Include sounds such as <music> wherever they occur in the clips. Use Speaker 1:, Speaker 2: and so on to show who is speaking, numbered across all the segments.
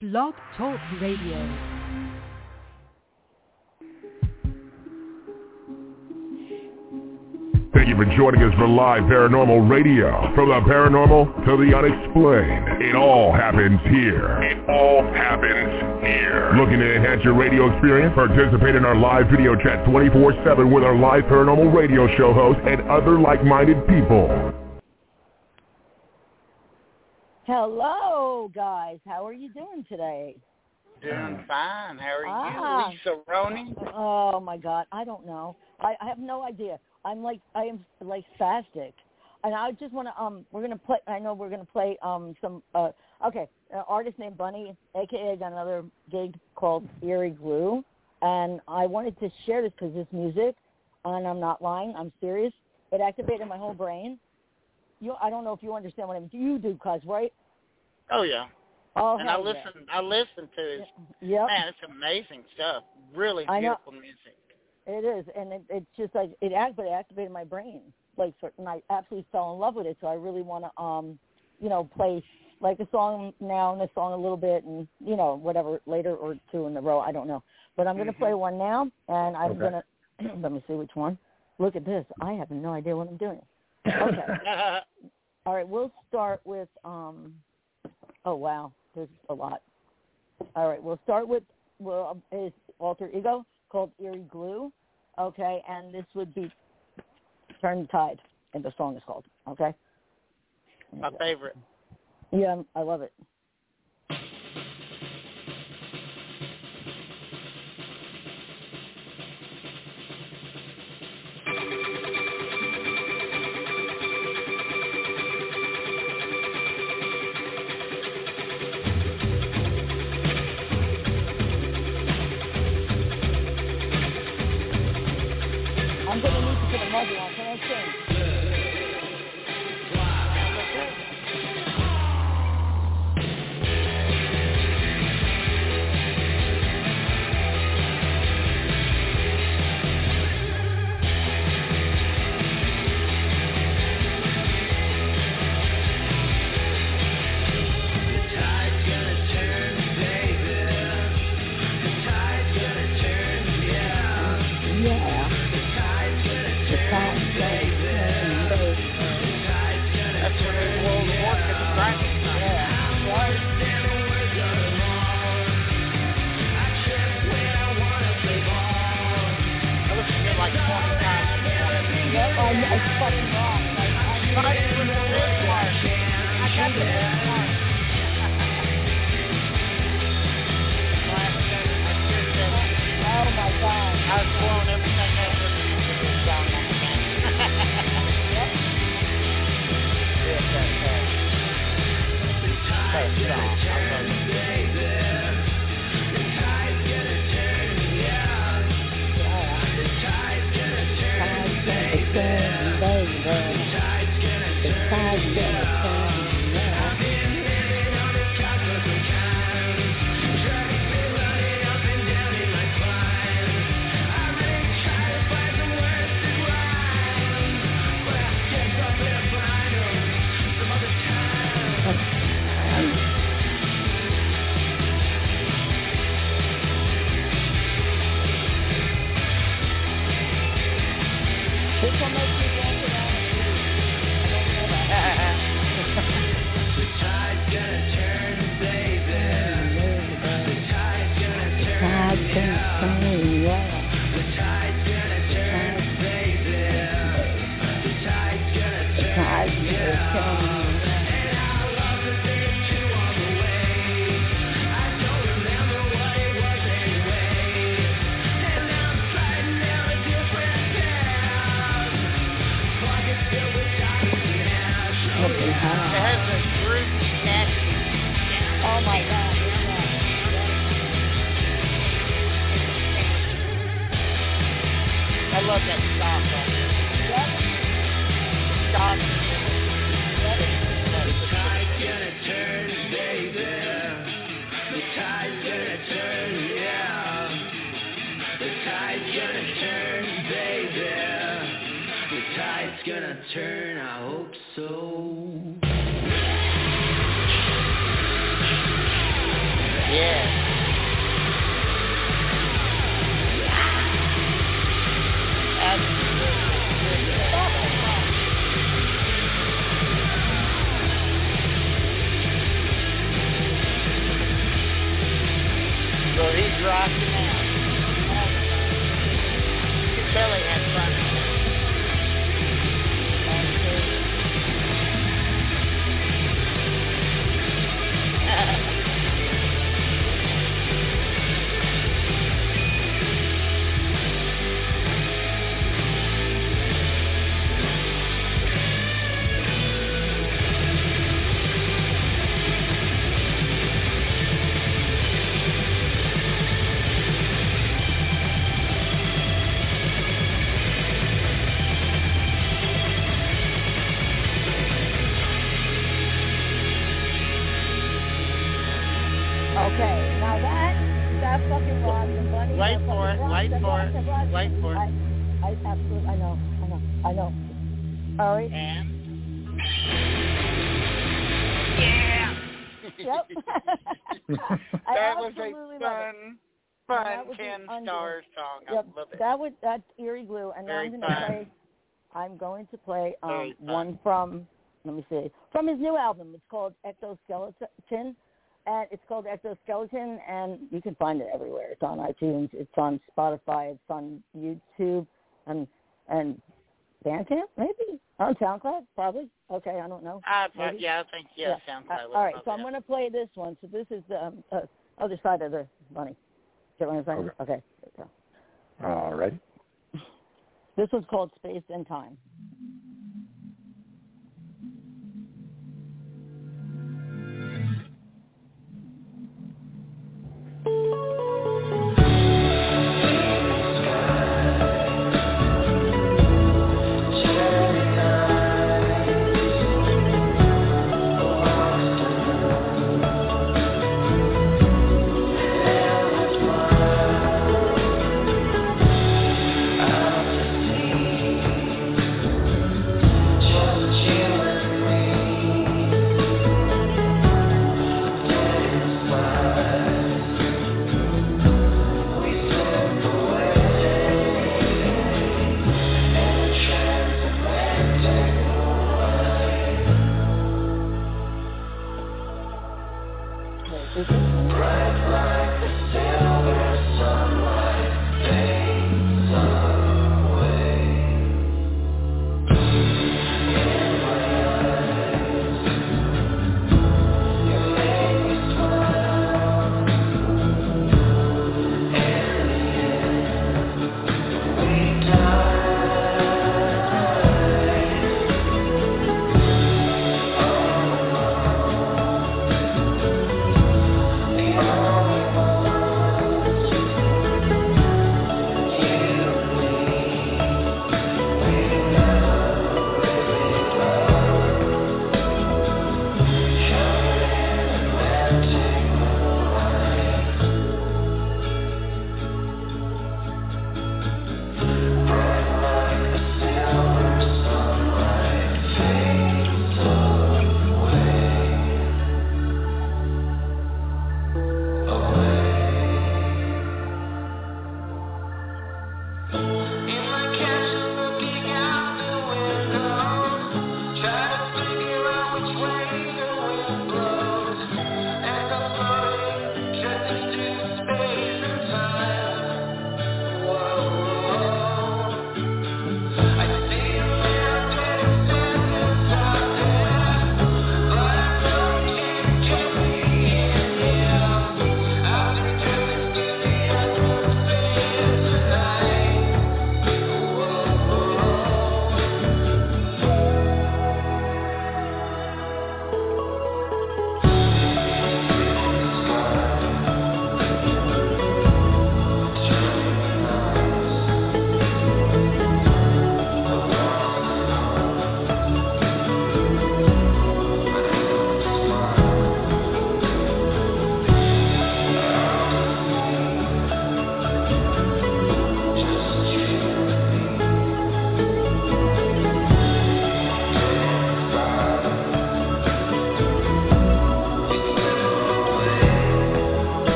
Speaker 1: Blog Talk Radio.
Speaker 2: Thank you for joining us for live paranormal radio. From the paranormal to the unexplained, it all happens here. It all happens here. Looking to enhance your radio experience? Participate in our live video chat 24-7 with our live paranormal radio show host and other like-minded people.
Speaker 3: Hello, guys. How are you doing today?
Speaker 4: Doing fine. How are
Speaker 3: Ah.
Speaker 4: you, Lisa Roney?
Speaker 3: Oh my God, I don't know. I, I have no idea. I'm like I am like spastic, and I just want to um. We're gonna play. I know we're gonna play um some uh. Okay, an artist named Bunny, aka I got another gig called Eerie Glue, and I wanted to share this because this music, and I'm not lying. I'm serious. It activated my whole brain. You, I don't know if you understand what I mean. You do, cuz right?
Speaker 4: Oh yeah.
Speaker 3: Oh,
Speaker 4: and I
Speaker 3: hell yeah.
Speaker 4: listen. I listen to his.
Speaker 3: Yep.
Speaker 4: Man, it's amazing stuff. Really
Speaker 3: I know.
Speaker 4: beautiful music. <laughs>
Speaker 3: It is, and it, it's just like it actually activated my brain, like, for, and I absolutely fell in love with it. So I really want to, um, you know, play like a song now and a song a little bit, and you know, whatever later or two in the row. I don't know, but I'm gonna play one now, and I'm gonna <clears throat> let me see which one. Look at this. I have no idea what I'm doing. Okay. All right, we'll start with um oh wow, there's a lot. All right, we'll start with well his alter ego called Eerie Glue. Okay, and this would be Turn the Tide and the song is called, okay?
Speaker 4: My favorite.
Speaker 3: Yeah, I love it. I'm gonna need to put a muzzle on. Can I sing? Yeah. The tide's gonna turn, baby.
Speaker 4: That's when the world war is right. I listen to it like 20 times. Right when the <laughs> first one. I got the first one. I was blowing everything up with the music down <laughs> there. Yes, that's right. That's wrong. I love it. It has a groovy nasty.
Speaker 3: Oh my God.
Speaker 4: I love that stop on it. Stop.
Speaker 5: Turn, I hope so.
Speaker 4: Yeah.
Speaker 6: rocking out. She really had fun. And she-
Speaker 7: Okay, now that that fucking rods and bunnies.
Speaker 6: Wait
Speaker 7: that
Speaker 6: for
Speaker 7: fucking
Speaker 6: it,
Speaker 7: rods
Speaker 6: wait
Speaker 7: and
Speaker 6: for
Speaker 7: rods
Speaker 6: it,
Speaker 7: and rods.
Speaker 6: wait for it.
Speaker 7: I, I absolutely, I know, I know, I know.
Speaker 4: <laughs>
Speaker 7: All right.
Speaker 6: and yeah.
Speaker 7: Yep. <laughs> I
Speaker 6: that was a
Speaker 7: absolutely love it.
Speaker 6: fun, fun
Speaker 7: That was an
Speaker 6: ten
Speaker 7: unbelievable-
Speaker 6: star song.
Speaker 7: Yep,
Speaker 6: I love it.
Speaker 7: that would that's eerie glue, and now
Speaker 6: Very
Speaker 7: I'm going to
Speaker 6: fun.
Speaker 7: play. I'm going to play um,
Speaker 6: Very fun.
Speaker 7: one from. Let me see from his new album. It's called Exoskeleton, and it's called Exoskeleton, and you can find it everywhere. It's on iTunes, it's on Spotify, it's on YouTube, and and Bandcamp maybe on SoundCloud probably. Okay, I don't know.
Speaker 6: I thought,
Speaker 7: maybe.
Speaker 6: yeah, I think yeah,
Speaker 7: Yeah.
Speaker 6: sounds
Speaker 7: Uh,
Speaker 6: like
Speaker 7: all right, so I'm going to play this one. So this is the um, uh, other side of the money. Get what I'm saying? Okay. okay. here we go.
Speaker 8: All right.
Speaker 7: This one's called Space and Time. Wait, is it-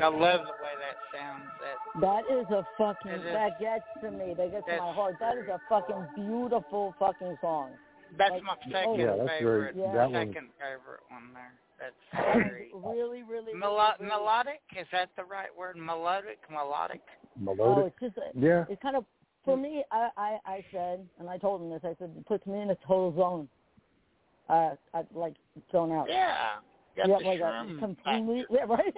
Speaker 6: I love the way that sounds. That
Speaker 7: That is a fucking
Speaker 6: It is.
Speaker 7: that gets to me. That gets to
Speaker 6: That's
Speaker 7: my heart. That is a fucking beautiful fucking song.
Speaker 4: That's
Speaker 7: Like,
Speaker 4: my
Speaker 7: oh,
Speaker 4: second
Speaker 7: Yeah,
Speaker 8: that's very-
Speaker 4: favorite.
Speaker 7: that
Speaker 8: one-
Speaker 4: second favorite one there. That's very
Speaker 7: really, really,
Speaker 4: Melo-
Speaker 7: really, really-
Speaker 4: melodic. Is that the right word? Melodic, melodic.
Speaker 7: Oh,
Speaker 8: melodic.
Speaker 7: it's just a,
Speaker 8: yeah,
Speaker 7: it's kind of for me. I, I I said, and I told him this. I said, it puts me in a total zone. Uh, I like zone out.
Speaker 4: Yeah. Got
Speaker 7: yeah,
Speaker 4: the
Speaker 7: like
Speaker 4: shroom
Speaker 7: a completely, <laughs> yeah,
Speaker 4: <laughs>
Speaker 7: right.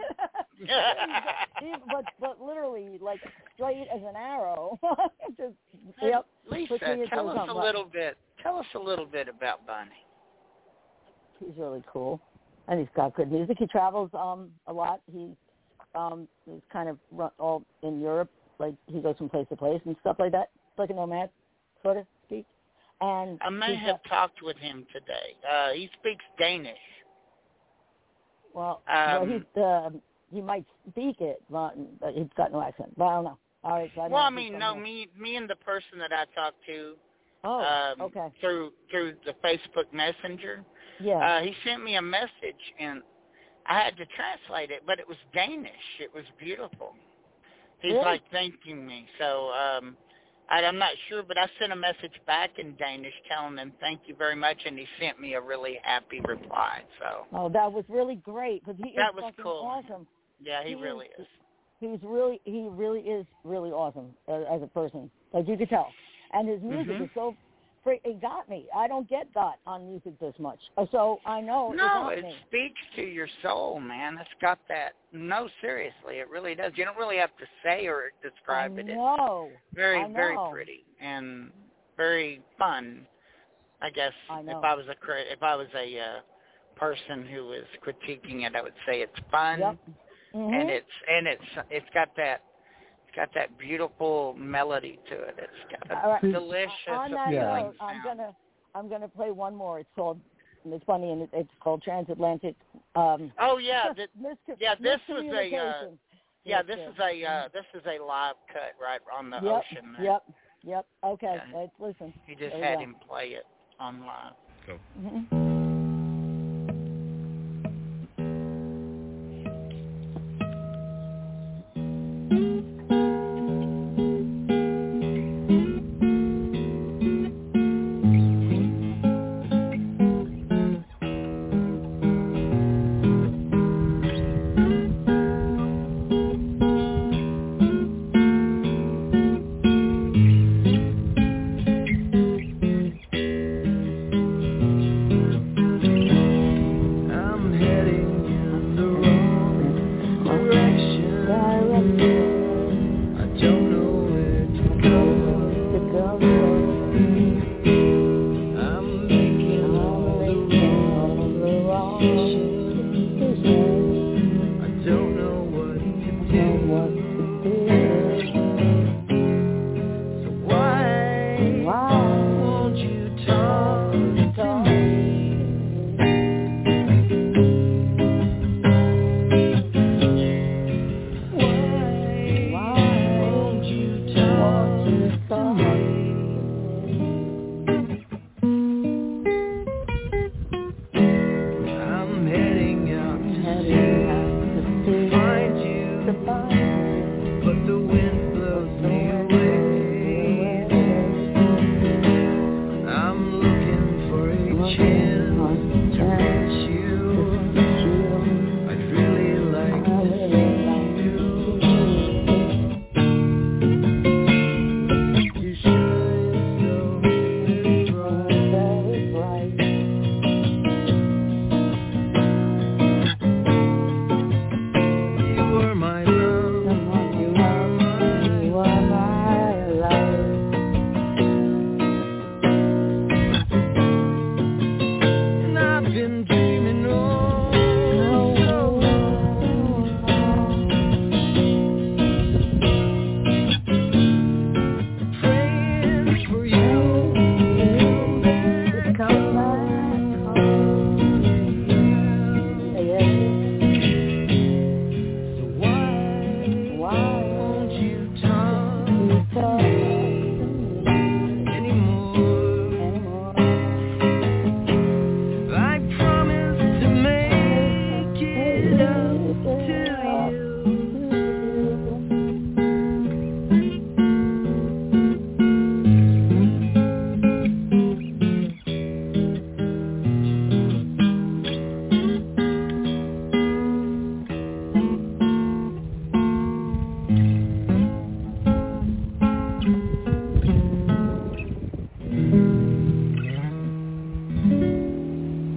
Speaker 4: factor.
Speaker 7: Even- but but literally, like straight as an arrow. <laughs> just
Speaker 4: Hey,
Speaker 7: yep.
Speaker 4: Lisa,
Speaker 7: Put me in
Speaker 4: tell
Speaker 7: the
Speaker 4: us
Speaker 7: zone,
Speaker 4: a
Speaker 7: right.
Speaker 4: little bit. Tell us a little bit about Bunny.
Speaker 7: he's really cool and he's got good music he travels um a lot he um he's kind of run all in europe like he goes from place to place and stuff like that like a nomad sort of speak and
Speaker 4: I may
Speaker 7: he's
Speaker 4: have
Speaker 7: got-
Speaker 4: talked with him today. Uh, he speaks Danish.
Speaker 7: well
Speaker 4: um,
Speaker 7: well he's um he might speak it but, but he's got no accent but i don't know all right so I don't
Speaker 4: Well, I
Speaker 7: know if he's
Speaker 4: mean,
Speaker 7: from
Speaker 4: no,
Speaker 7: here.
Speaker 4: me, me and the person that I talked to
Speaker 7: oh
Speaker 4: um,
Speaker 7: okay
Speaker 4: through through the Facebook Messenger,
Speaker 7: yeah
Speaker 4: uh, he sent me a message, and I had to translate it, but it was Danish. It was beautiful. He's
Speaker 7: Really?
Speaker 4: like thanking me, so um, I, I'm not sure, but I sent a message back in Danish telling him thank you very much, and he sent me a really happy reply. So
Speaker 7: oh that was really great because he
Speaker 4: That
Speaker 7: is
Speaker 4: was
Speaker 7: fucking
Speaker 4: cool.
Speaker 7: awesome
Speaker 4: yeah, he
Speaker 7: He
Speaker 4: really
Speaker 7: is-
Speaker 4: is.
Speaker 7: he's really he really is really awesome as, as a person, as you could tell. And his music
Speaker 4: Mhm.
Speaker 7: is so fr- it got me. I don't get that on music this much, Uh, so I know it
Speaker 4: No,
Speaker 7: got
Speaker 4: it
Speaker 7: me.
Speaker 4: speaks to your soul, man. It's got that. No, seriously, it really does. You don't really have to say or
Speaker 7: I
Speaker 4: describe it. It's
Speaker 7: know,
Speaker 4: very,
Speaker 7: I
Speaker 4: very
Speaker 7: know.
Speaker 4: pretty and very fun. I guess
Speaker 7: I know.
Speaker 4: if I was a cri- if I was a uh, person who was critiquing it, I would say it's fun
Speaker 7: Yep. Mhm.
Speaker 4: and it's and it's it's got that it's got that beautiful melody to it. It's got a
Speaker 7: All right.
Speaker 4: delicious
Speaker 7: on that
Speaker 8: Yeah.
Speaker 4: appealing
Speaker 7: note, I'm
Speaker 4: sound.
Speaker 7: gonna I'm gonna play one more. It's called it's funny and it, it's called Transatlantic. Um,
Speaker 4: Oh
Speaker 7: <laughs>
Speaker 4: yeah, th-
Speaker 7: miscom-
Speaker 4: yeah, this was a, uh,
Speaker 7: miscommunication.
Speaker 4: Yeah,
Speaker 7: Yes,
Speaker 4: this
Speaker 7: yes.
Speaker 4: is a uh, this is a live cut right on the
Speaker 7: yep,
Speaker 4: ocean. There.
Speaker 7: yep, yep. Okay,
Speaker 4: Yeah.
Speaker 7: let's listen.
Speaker 4: He just
Speaker 7: There we
Speaker 4: had
Speaker 7: go.
Speaker 4: him play it on live.
Speaker 7: Mhm.
Speaker 6: Thank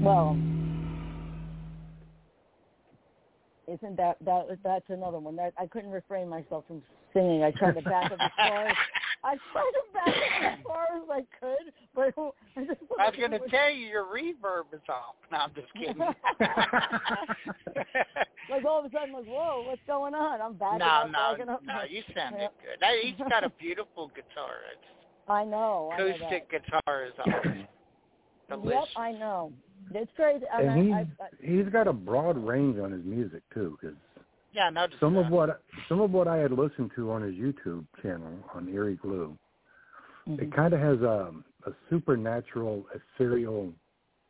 Speaker 7: Well, isn't that that that's another one that I couldn't refrain myself from singing. I tried the back
Speaker 4: <laughs>
Speaker 7: of the chorus. I tried the back of the car as I could, but I just
Speaker 4: I was going to tell you your reverb is off. No, I'm just kidding.
Speaker 7: <laughs> like all of a sudden, like whoa, what's going on? I'm backing
Speaker 4: no,
Speaker 7: up,
Speaker 4: no,
Speaker 7: backing up.
Speaker 4: no. You sounded good. That- He's got a beautiful guitar.
Speaker 7: <laughs>
Speaker 4: It's
Speaker 7: I know. I know that.
Speaker 4: acoustic guitar is awesome. Delicious.
Speaker 7: Yep, I know. It's crazy. I
Speaker 8: And
Speaker 7: mean, I,
Speaker 8: he's he's got a broad range on his music too, because
Speaker 4: Yeah, no, just
Speaker 8: some
Speaker 4: that.
Speaker 8: of what some of what I had listened to on his YouTube channel on Eerie Glue,
Speaker 7: Mm-hmm.
Speaker 8: it kind of has a, a supernatural, ethereal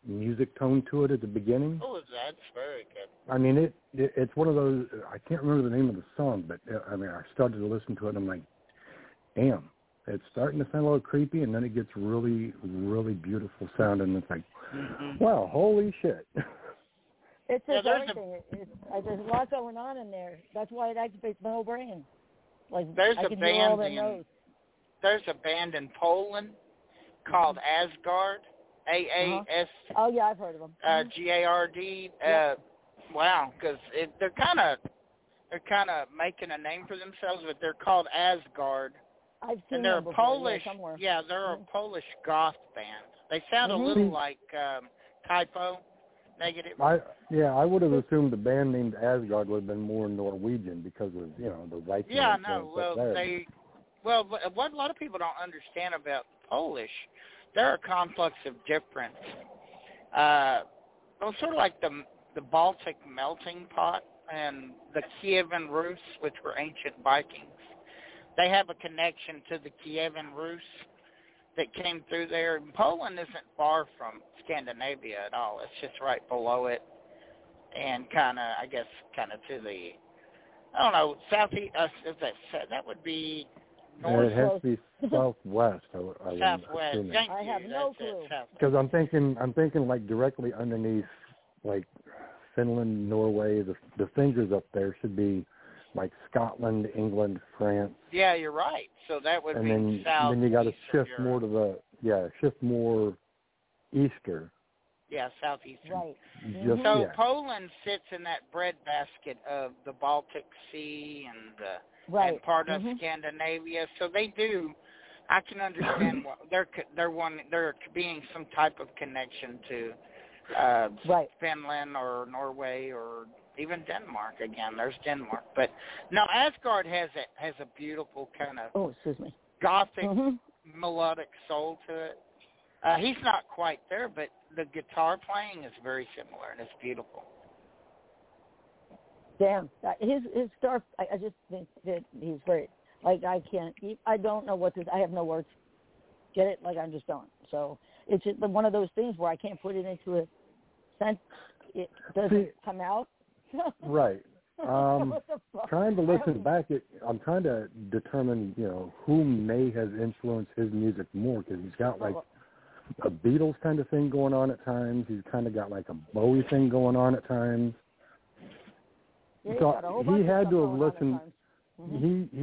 Speaker 8: music tone to it at the beginning.
Speaker 4: Oh, that's very good.
Speaker 8: I mean, it, it it's one of those. I can't remember the name of the song, but uh, I mean, I started to listen to it. and I'm like, damn, it's starting to sound a little creepy, and then it gets really, really beautiful sound, and it's like, wow, holy shit. <laughs>
Speaker 7: I, it's
Speaker 4: Yeah,
Speaker 7: just
Speaker 4: there's a-
Speaker 7: everything. It, it's, I, there's a lot going on in there. That's why it activates my whole brain. Like
Speaker 4: There's
Speaker 7: I
Speaker 4: a
Speaker 7: can hear all
Speaker 4: band
Speaker 7: their
Speaker 4: in-
Speaker 7: notes.
Speaker 4: There's a band in Poland called
Speaker 7: Mm-hmm.
Speaker 4: Asgard, A A S
Speaker 7: Oh yeah, I've heard of them.
Speaker 4: uh, G A R D. Uh, wow, because they're kind of they're kind of making a name for themselves, but they're called Asgard,
Speaker 7: Mm-hmm. I've seen
Speaker 4: and they're
Speaker 7: them
Speaker 4: a
Speaker 7: before, yeah,
Speaker 4: Polish.
Speaker 7: somewhere.
Speaker 4: Yeah, they're a Polish goth band. They sound
Speaker 7: Mhm.
Speaker 4: a little like um, typo negative.
Speaker 8: I yeah, I would have assumed the band named Asgard would have been more Norwegian because of you know the Viking.
Speaker 4: Yeah,
Speaker 8: influence
Speaker 4: no.
Speaker 8: up
Speaker 4: Well,
Speaker 8: there.
Speaker 4: they well, wh- what a lot of people don't understand about Polish, they're a complex of different. Uh, well, sort of like the the Baltic melting pot and the Kievan Rus, which were ancient Vikings. They have a connection to the Kievan Rus that came through there. And Poland isn't far from Scandinavia at all. It's just right below it, and kind of, I guess, kind of to the I don't know, southeast. Uh, is that that would be
Speaker 8: And it
Speaker 4: north
Speaker 8: has to be southwest. I, would- I
Speaker 4: southwest? Thank
Speaker 7: I
Speaker 4: you.
Speaker 7: have no
Speaker 4: That's it,
Speaker 7: clue.
Speaker 4: southwest.
Speaker 8: Because I'm thinking, I'm thinking like directly underneath, like Finland, Norway. The the fingers up there should be like Scotland, England, France,
Speaker 4: Yeah, you're right. So that would
Speaker 8: and
Speaker 4: be
Speaker 8: then
Speaker 4: south.
Speaker 8: then you got to shift more to the yeah, shift more easter.
Speaker 4: yeah southeastern.
Speaker 7: Right.
Speaker 8: Just
Speaker 4: So
Speaker 8: yeah.
Speaker 4: Poland sits in that breadbasket of the Baltic Sea and the
Speaker 7: Right.
Speaker 4: and part of
Speaker 7: Mhm.
Speaker 4: Scandinavia. So they do. I can
Speaker 7: <laughs>
Speaker 4: understand what there could there one there being some type of connection to uh,
Speaker 7: Right.
Speaker 4: Finland or Norway or even Denmark. Again, there's Denmark, but no, Asgard has a has a beautiful kind of
Speaker 7: Oh, excuse me.
Speaker 4: gothic
Speaker 7: Mhm.
Speaker 4: melodic soul to it. Uh, he's not quite there, but the guitar playing is very similar and it's beautiful.
Speaker 7: Damn, that- his his stuff. I, I just think that he's great. Like I can't. He, I don't know what this. I have no words. Get it? Like I just don't. So it's just one of those things where I can't put it into a sentence. It doesn't
Speaker 8: See-
Speaker 7: come out. <laughs>
Speaker 8: right. Um,
Speaker 7: what the fuck?
Speaker 8: trying to
Speaker 7: I don't- <laughs>
Speaker 8: listen back at I'm trying to determine you know who may have influenced his music more because he's got like a Beatles kind of thing going on at times. He's kind of got like a Bowie thing going on at times.
Speaker 7: Yeah, he's
Speaker 8: so
Speaker 7: got a whole
Speaker 8: he
Speaker 7: bunch of
Speaker 8: had
Speaker 7: stuff
Speaker 8: to have
Speaker 7: going on at
Speaker 8: listened-
Speaker 7: times. Mhm.
Speaker 8: He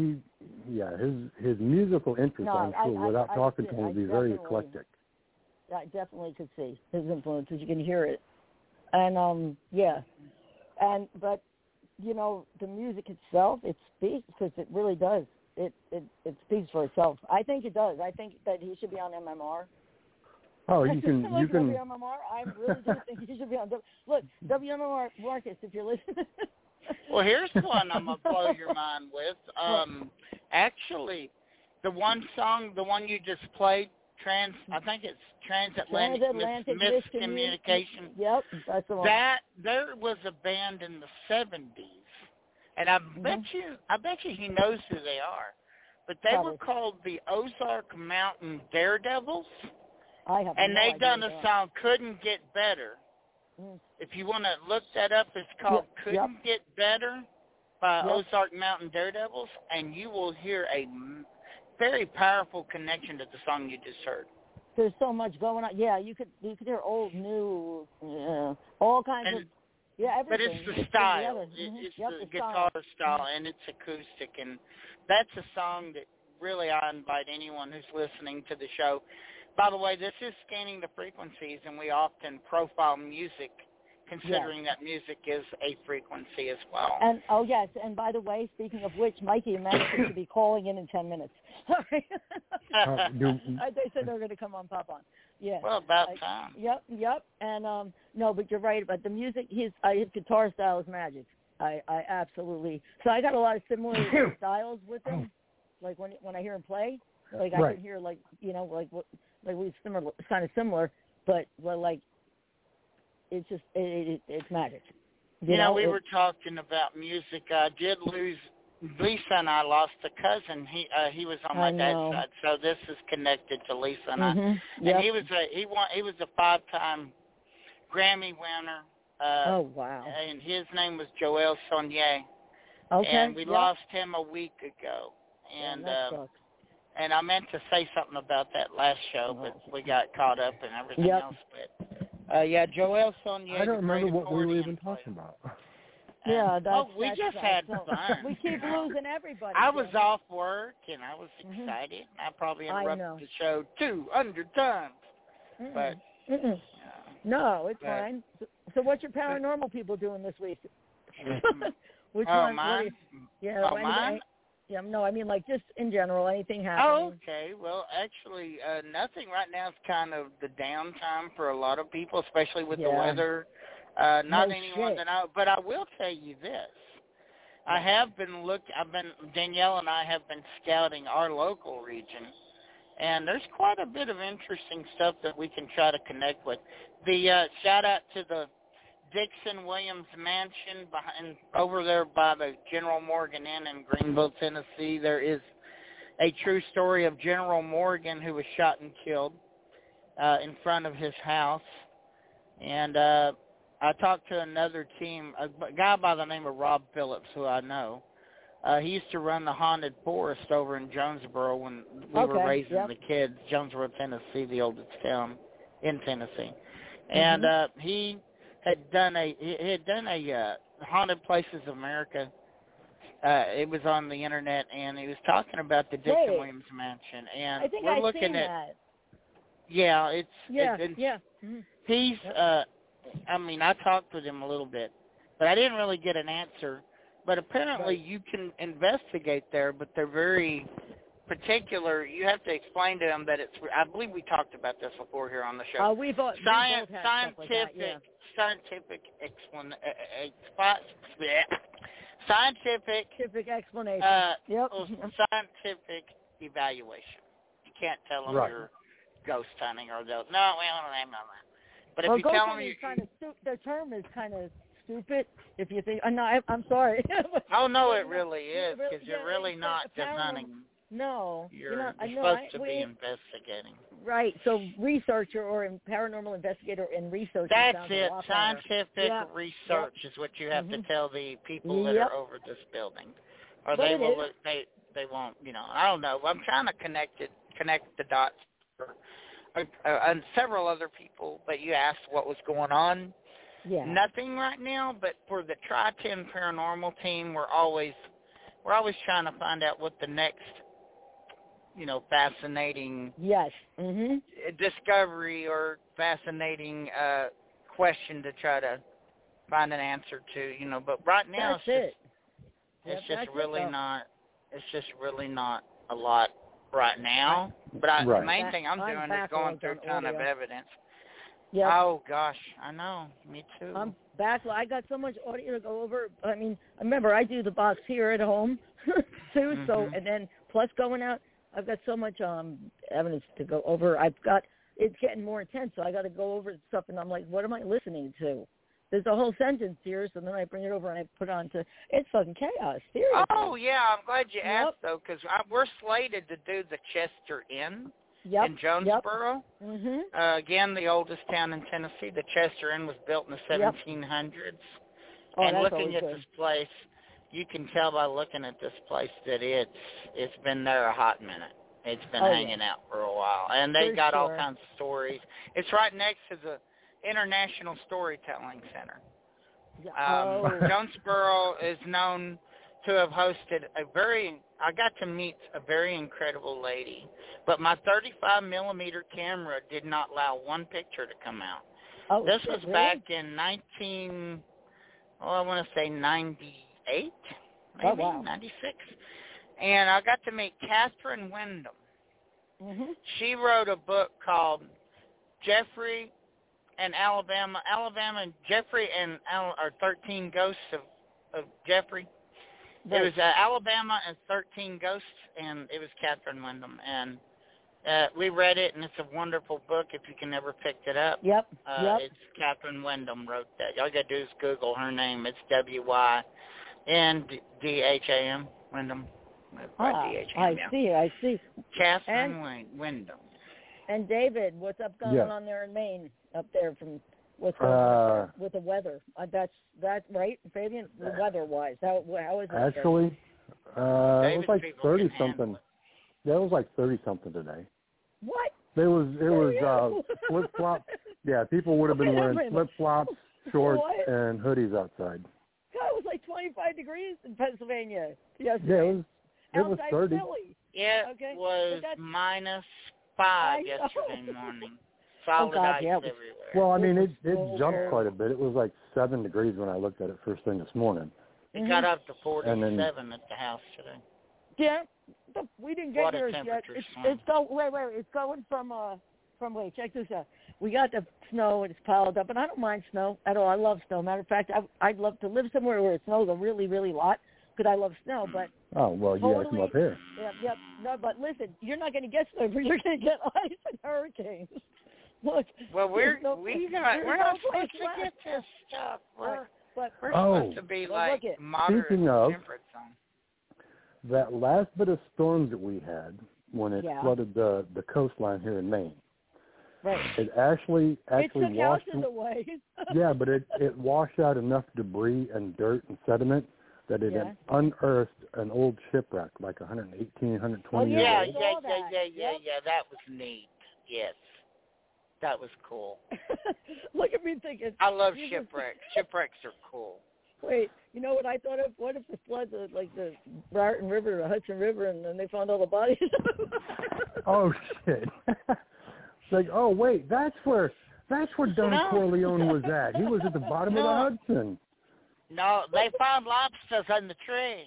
Speaker 8: he yeah his his musical interest
Speaker 7: No,
Speaker 8: I'm
Speaker 7: I-
Speaker 8: sure
Speaker 7: I-
Speaker 8: without
Speaker 7: I
Speaker 8: talking
Speaker 7: see
Speaker 8: to
Speaker 7: it.
Speaker 8: him
Speaker 7: I
Speaker 8: would be very
Speaker 7: definitely-
Speaker 8: eclectic.
Speaker 7: I definitely could see his influences. You can hear it, and um, yeah, and but you know the music itself, it speaks because it really does. It, it it speaks for itself. I think it does. I think that he should be on MMR. <laughs>
Speaker 8: Oh you can
Speaker 7: Look,
Speaker 8: you can
Speaker 7: WMMR. I really do think he should be on. W- <laughs> Look, WMMR Marcus, if you're listening.
Speaker 4: Well, here's one I'm gonna blow your mind with. Um, actually, the one song, the one you just played, trans. I think it's transatlantic, mis-
Speaker 7: Transatlantic Miscommunication.
Speaker 4: miscommunication.
Speaker 7: yep, that's the one.
Speaker 4: That there was a band in the seventies, and I
Speaker 7: Mm-hmm.
Speaker 4: bet you, I bet you he knows who they are. But they
Speaker 7: Probably.
Speaker 4: were called the Ozark Mountain Daredevils,
Speaker 7: I have.
Speaker 4: and
Speaker 7: no
Speaker 4: they
Speaker 7: idea
Speaker 4: done
Speaker 7: what
Speaker 4: a
Speaker 7: they are.
Speaker 4: song "Couldn't Get Better."
Speaker 7: Mm.
Speaker 4: If you want to look that up, it's called
Speaker 7: Yep.
Speaker 4: "Couldn't Get Better" by
Speaker 7: Yep.
Speaker 4: Ozark Mountain Daredevils, and you will hear a m- very powerful connection to the song you just heard.
Speaker 7: there's so much going on. Yeah, you could you could hear old, new, yeah, all kinds
Speaker 4: And-
Speaker 7: of yeah
Speaker 4: But
Speaker 7: everything.
Speaker 4: it's the
Speaker 7: It's
Speaker 4: style.
Speaker 7: together.
Speaker 4: It-
Speaker 7: Mhm.
Speaker 4: It's
Speaker 7: Yep,
Speaker 4: the,
Speaker 7: style.
Speaker 4: guitar style, and it's acoustic, and that's a song that really I invite anyone who's listening to the show By the way, this is scanning the frequencies, and we often profile music, considering that music is a frequency as well.
Speaker 7: And oh yes, and by the way, speaking of which, Mikey and Max should be calling in in ten minutes. <laughs> Sorry,
Speaker 8: Uh, do,
Speaker 7: <laughs> I- they said they were going to come on pop on. Yeah.
Speaker 4: Mm-hmm. well, about
Speaker 7: I-
Speaker 4: time.
Speaker 7: Yep, yep. And um no, but you're right about the music. His uh, his guitar style is magic. I I absolutely. So I got a lot of similar styles with him. Like when when I hear him play, like I
Speaker 8: Right.
Speaker 7: can hear like you know like what like we similar kind of similar, but but like it's just it, it, it it's magic. You,
Speaker 4: You know, we
Speaker 7: it-
Speaker 4: were talking about music. I did lose Lisa, and I lost a cousin. He uh, he was on my
Speaker 7: I
Speaker 4: dad's
Speaker 7: know.
Speaker 4: side, so this is connected to Lisa and I.
Speaker 7: Mhm, yep.
Speaker 4: And he was a he won he was a five time Grammy winner. Uh,
Speaker 7: oh wow.
Speaker 4: And his name was Joel Sonier.
Speaker 7: Okay.
Speaker 4: And we
Speaker 7: yep.
Speaker 4: lost him a week ago.
Speaker 7: Yeah,
Speaker 4: And
Speaker 7: that
Speaker 4: uh,
Speaker 7: sucks.
Speaker 4: and I meant to say something about that last show, but we got caught up and everything
Speaker 7: Oh. Yep.
Speaker 4: else. But uh, yeah, Joel Sonier.
Speaker 8: I don't
Speaker 4: the great
Speaker 8: remember what we were
Speaker 4: accordion
Speaker 8: even
Speaker 4: player.
Speaker 7: <laughs>
Speaker 8: talking about.
Speaker 4: And-
Speaker 7: yeah, that's,
Speaker 4: well, we
Speaker 7: that's
Speaker 4: just
Speaker 7: sucks.
Speaker 4: had
Speaker 7: So-
Speaker 4: fun.
Speaker 7: We
Speaker 4: <laughs>
Speaker 7: keep losing everybody.
Speaker 4: I was
Speaker 7: Jeff.
Speaker 4: off work and I was
Speaker 7: Mhm.
Speaker 4: excited. I probably
Speaker 7: I
Speaker 4: interrupted
Speaker 7: know. Mm-hmm.
Speaker 4: the show two hundred times,
Speaker 7: Mm-mm.
Speaker 4: but
Speaker 7: Mm-mm.
Speaker 4: uh,
Speaker 7: No, it's
Speaker 4: Right.
Speaker 7: fine. So, so what's your paranormal people doing this week? <laughs> Which
Speaker 4: oh
Speaker 7: one?
Speaker 4: mine.
Speaker 7: Yeah,
Speaker 4: Oh,
Speaker 7: anything-
Speaker 4: mine?
Speaker 7: Yeah, no, I mean like just in general, anything
Speaker 4: Oh,
Speaker 7: happening.
Speaker 4: okay. Well, actually, uh, nothing right now is kind of the downtime for a lot of people, especially with the
Speaker 7: Yeah.
Speaker 4: weather. Uh, not
Speaker 7: No
Speaker 4: anyone
Speaker 7: shit.
Speaker 4: that I. But I will tell you this: I have been look. I've been Danielle and I have been scouting our local region, and there's quite a bit of interesting stuff that we can try to connect with. The uh, shout out to the Dixon Williams Mansion behind over there by the General Morgan Inn in Greenville, Tennessee. There is a true story of General Morgan who was shot and killed uh, in front of his house. And uh, I talked to another team, a b- guy by the name of Rob Phillips, who I know. Uh, he used to run the haunted forest over in Jonesboro when we were
Speaker 7: Okay,
Speaker 4: raising
Speaker 7: yep.
Speaker 4: the kids, Jonesboro, Tennessee, the oldest town in Tennessee.
Speaker 7: Mm-hmm.
Speaker 4: And uh, he had done a he he had done a uh, haunted places of America. Uh, it was on the internet, and he was talking about the Dixon
Speaker 7: Right.
Speaker 4: Williams Mansion, and
Speaker 7: I think
Speaker 4: we're
Speaker 7: I've
Speaker 4: looking
Speaker 7: seen
Speaker 4: at
Speaker 7: that.
Speaker 4: yeah, it's
Speaker 7: Yeah,
Speaker 4: it's, it's
Speaker 7: yeah. Mhm.
Speaker 4: he's uh I mean, I talked with him a little bit, but I didn't really get an answer. But apparently
Speaker 7: Right.
Speaker 4: you can investigate there, but they're very particular. You have to explain to them that it's I believe we talked about this before here on the show.
Speaker 7: Uh, we've all,
Speaker 4: Science,
Speaker 7: we both had stuff
Speaker 4: scientific,
Speaker 7: like that, yeah.
Speaker 4: scientific explan- uh, uh, expi- bleh. scientific
Speaker 7: Scientific explanation.
Speaker 4: uh
Speaker 7: yep. <laughs>
Speaker 4: well, scientific evaluation. You can't tell them
Speaker 8: Right.
Speaker 4: you're ghost hunting or they'll no, well, no, no, no. But if
Speaker 7: well,
Speaker 4: you
Speaker 7: ghost
Speaker 4: tell them
Speaker 7: hunting
Speaker 4: you,
Speaker 7: is kind of stu- the term is kind of stupid. If you think, oh, no, I, I'm sorry. <laughs>
Speaker 4: oh no, it really
Speaker 7: Yeah,
Speaker 4: is
Speaker 7: really-
Speaker 4: because you're
Speaker 7: yeah,
Speaker 4: really
Speaker 7: it's
Speaker 4: not
Speaker 7: like the
Speaker 4: just
Speaker 7: paranormal-
Speaker 4: hunting.
Speaker 7: no,
Speaker 4: You're,
Speaker 7: you know, I
Speaker 4: you're
Speaker 7: know.
Speaker 4: supposed
Speaker 7: I,
Speaker 4: to
Speaker 7: we,
Speaker 4: be investigating.
Speaker 7: Right. So researcher or in- paranormal investigator and researcher.
Speaker 4: That's
Speaker 7: sounds
Speaker 4: it.
Speaker 7: A lot better.
Speaker 4: Scientific
Speaker 7: Yeah.
Speaker 4: research is what you have to
Speaker 7: Mhm.
Speaker 4: tell the people that
Speaker 7: Yep.
Speaker 4: are over this building, or
Speaker 7: But
Speaker 4: they
Speaker 7: it
Speaker 4: will
Speaker 7: is.
Speaker 4: look, they they won't. You know, I don't know. I'm trying to connect it, connect the dots, for, uh, uh, and several other people. But you asked what was going on.
Speaker 7: Yeah.
Speaker 4: Nothing right now, but for the Tri Ten Paranormal team, we're always we're always trying to find out what the next you know fascinating
Speaker 7: Yes. Mhm.
Speaker 4: discovery or fascinating uh question to try to find an answer to, you know, but right now
Speaker 7: That's
Speaker 4: it's
Speaker 7: it.
Speaker 4: just it's
Speaker 7: Yep, that's
Speaker 4: just
Speaker 7: it,
Speaker 4: really
Speaker 7: though.
Speaker 4: not it's just really not a lot right now. But I,
Speaker 8: Right.
Speaker 4: the main
Speaker 7: That-
Speaker 4: thing I'm
Speaker 7: I'm
Speaker 4: doing is going
Speaker 7: baffled
Speaker 4: through
Speaker 7: on
Speaker 4: a ton of
Speaker 7: audio.
Speaker 4: evidence.
Speaker 7: Yep.
Speaker 4: Oh gosh, I know. Me too.
Speaker 7: I'm back. I got so much audio to go over. I mean, remember I do the box here at home <laughs> too. So
Speaker 4: Mhm.
Speaker 7: and then plus going out, I've got so much um evidence to go over. I've got it's getting more intense, so I got to go over stuff, and I'm like, what am I listening to? There's a whole sentence here, so then I bring it over and I put it on to. It's fucking chaos. Seriously.
Speaker 4: Oh yeah, I'm glad you
Speaker 7: Yep.
Speaker 4: asked though, because we're slated to do the Chester Inn
Speaker 7: Yep.
Speaker 4: in Jonesboro.
Speaker 7: Mhm.
Speaker 4: Uh, again, the oldest town in Tennessee. The Chester Inn was built in the
Speaker 7: Yep.
Speaker 4: 1700s.
Speaker 7: Oh,
Speaker 4: and
Speaker 7: that's
Speaker 4: looking
Speaker 7: always
Speaker 4: at
Speaker 7: good.
Speaker 4: this place, you can tell by looking at this place that it's it's been there a hot minute. It's been
Speaker 7: Oh, yeah.
Speaker 4: hanging out for a while, and they
Speaker 7: For
Speaker 4: got all
Speaker 7: sure.
Speaker 4: kinds of stories. It's right next to the International Storytelling Center.
Speaker 7: Yeah.
Speaker 4: <laughs> Um,
Speaker 7: oh.
Speaker 4: Jonesboro is known to have hosted a very I got to meet a very incredible lady, but my 35 millimeter camera did not allow one picture to come out. <laughs>
Speaker 7: Oh,
Speaker 4: This
Speaker 7: shit,
Speaker 4: was
Speaker 7: really?
Speaker 4: back in 19, oh, I want to say 98,
Speaker 7: Oh,
Speaker 4: maybe
Speaker 7: wow.
Speaker 4: 96. And I got to meet Catherine Wyndham.
Speaker 7: Mhm.
Speaker 4: She wrote a book called Jeffrey and Alabama, Alabama and Jeffrey and Al, or 13 Ghosts of, of Jeffrey. It was uh, Alabama and 13 Ghosts, and it was Catherine Wyndham. And uh, we read it, and it's a wonderful book if you can ever pick it up.
Speaker 7: Yep.
Speaker 4: Uh,
Speaker 7: yep.
Speaker 4: It's Catherine Wyndham wrote that. All you gotta do is Google her name. It's W Y N D H A M Wyndham. That's right,
Speaker 7: Ah,
Speaker 4: D-H-A-M,
Speaker 7: I
Speaker 4: yeah.
Speaker 7: see. I see.
Speaker 4: Catherine Wyn- Wyndham.
Speaker 7: And David, what's up going
Speaker 8: Yeah.
Speaker 7: on there in Maine? Up there from what's going on
Speaker 8: Uh,
Speaker 7: up there with the weather? Uh, that's that right, Fabian? The weather wise, how how is it? up there?
Speaker 8: Actually, uh, it was
Speaker 4: David's
Speaker 8: like
Speaker 4: people can
Speaker 8: thirty
Speaker 4: handle
Speaker 8: something. Yeah, it was like thirty something today.
Speaker 7: what?
Speaker 8: There was it was
Speaker 7: Really?
Speaker 8: uh, flip flop. Yeah, people would have been
Speaker 7: Wait a
Speaker 8: wearing
Speaker 7: minute.
Speaker 8: flip
Speaker 7: <laughs>
Speaker 8: flops, shorts,
Speaker 7: What?
Speaker 8: and hoodies outside.
Speaker 7: <laughs> God, it was like 25 degrees in Pennsylvania yesterday.
Speaker 8: Yeah, it was it was
Speaker 7: Outside
Speaker 8: thirty.
Speaker 7: Philly.
Speaker 4: It
Speaker 7: Okay, but
Speaker 4: was
Speaker 7: Oh, that's-
Speaker 4: minus
Speaker 7: I
Speaker 4: five
Speaker 7: know. Oh,
Speaker 4: yesterday
Speaker 7: <laughs>
Speaker 4: morning. Solid
Speaker 7: God,
Speaker 4: ice
Speaker 7: yeah, it was-
Speaker 4: everywhere.
Speaker 8: Well, I mean,
Speaker 7: It
Speaker 8: it
Speaker 7: was
Speaker 8: it jumped
Speaker 7: cold.
Speaker 8: quite a bit. It was like seven degrees when I looked at it first thing this morning.
Speaker 4: it got
Speaker 7: mm-hmm.
Speaker 4: up to
Speaker 8: And then-
Speaker 4: 47 at the house today.
Speaker 7: Yeah, the, we didn't get
Speaker 4: Water
Speaker 7: yours yet.
Speaker 4: temperature
Speaker 7: It's,
Speaker 4: swing.
Speaker 7: it's go wait wait it's going from uh from wait check this out. We got the snow and it's piled up, and I don't mind snow at all. I love snow. Matter of fact, I, I'd love to live somewhere where it snows a really really lot because I love snow. But
Speaker 8: Oh well, you gotta come
Speaker 7: Totally.
Speaker 8: up here.
Speaker 7: yep yep no. But listen, you're not going to get snow, but you're going to get <laughs> ice and hurricanes. Look,
Speaker 4: Well, we're
Speaker 7: there's no-
Speaker 4: we got,
Speaker 7: there's
Speaker 4: we're
Speaker 7: no <laughs>
Speaker 4: not
Speaker 7: place
Speaker 4: supposed to
Speaker 7: left.
Speaker 4: get this stuff. We're
Speaker 7: But
Speaker 4: we're
Speaker 8: Oh.
Speaker 4: supposed to be
Speaker 7: Well,
Speaker 4: like
Speaker 7: look at-
Speaker 4: moderate
Speaker 8: Speaking of-
Speaker 4: temperate zone.
Speaker 8: That last bit of storms that we had when it
Speaker 7: Yeah.
Speaker 8: flooded the the coastline here in Maine,
Speaker 7: right,
Speaker 8: it actually
Speaker 7: it
Speaker 8: actually
Speaker 7: took
Speaker 8: washed.
Speaker 7: houses away. <laughs>
Speaker 8: yeah, but it it washed out enough debris and dirt and sediment that it
Speaker 7: Yeah.
Speaker 8: unearthed an old shipwreck, like 118, 120
Speaker 7: Oh,
Speaker 8: years
Speaker 4: Yeah,
Speaker 8: old.
Speaker 7: we
Speaker 4: yeah,
Speaker 7: saw
Speaker 4: yeah,
Speaker 7: that.
Speaker 4: yeah, yeah,
Speaker 7: Yep.
Speaker 4: yeah. That was neat. Yes, that was cool.
Speaker 7: Look at me thinking.
Speaker 4: I love
Speaker 7: You just-
Speaker 4: shipwrecks. Shipwrecks are cool.
Speaker 7: Wait, you know what I thought of? What if the flood, the, like the Brighton River, the Hudson River, and then they found all the bodies? <laughs>
Speaker 8: Oh shit! <laughs> it's like, oh wait, that's where that's where Don
Speaker 4: No.
Speaker 8: Corleone was at. He was at the bottom
Speaker 4: No.
Speaker 8: of the Hudson.
Speaker 4: No, they found lobsters on the
Speaker 7: <laughs>
Speaker 4: trees.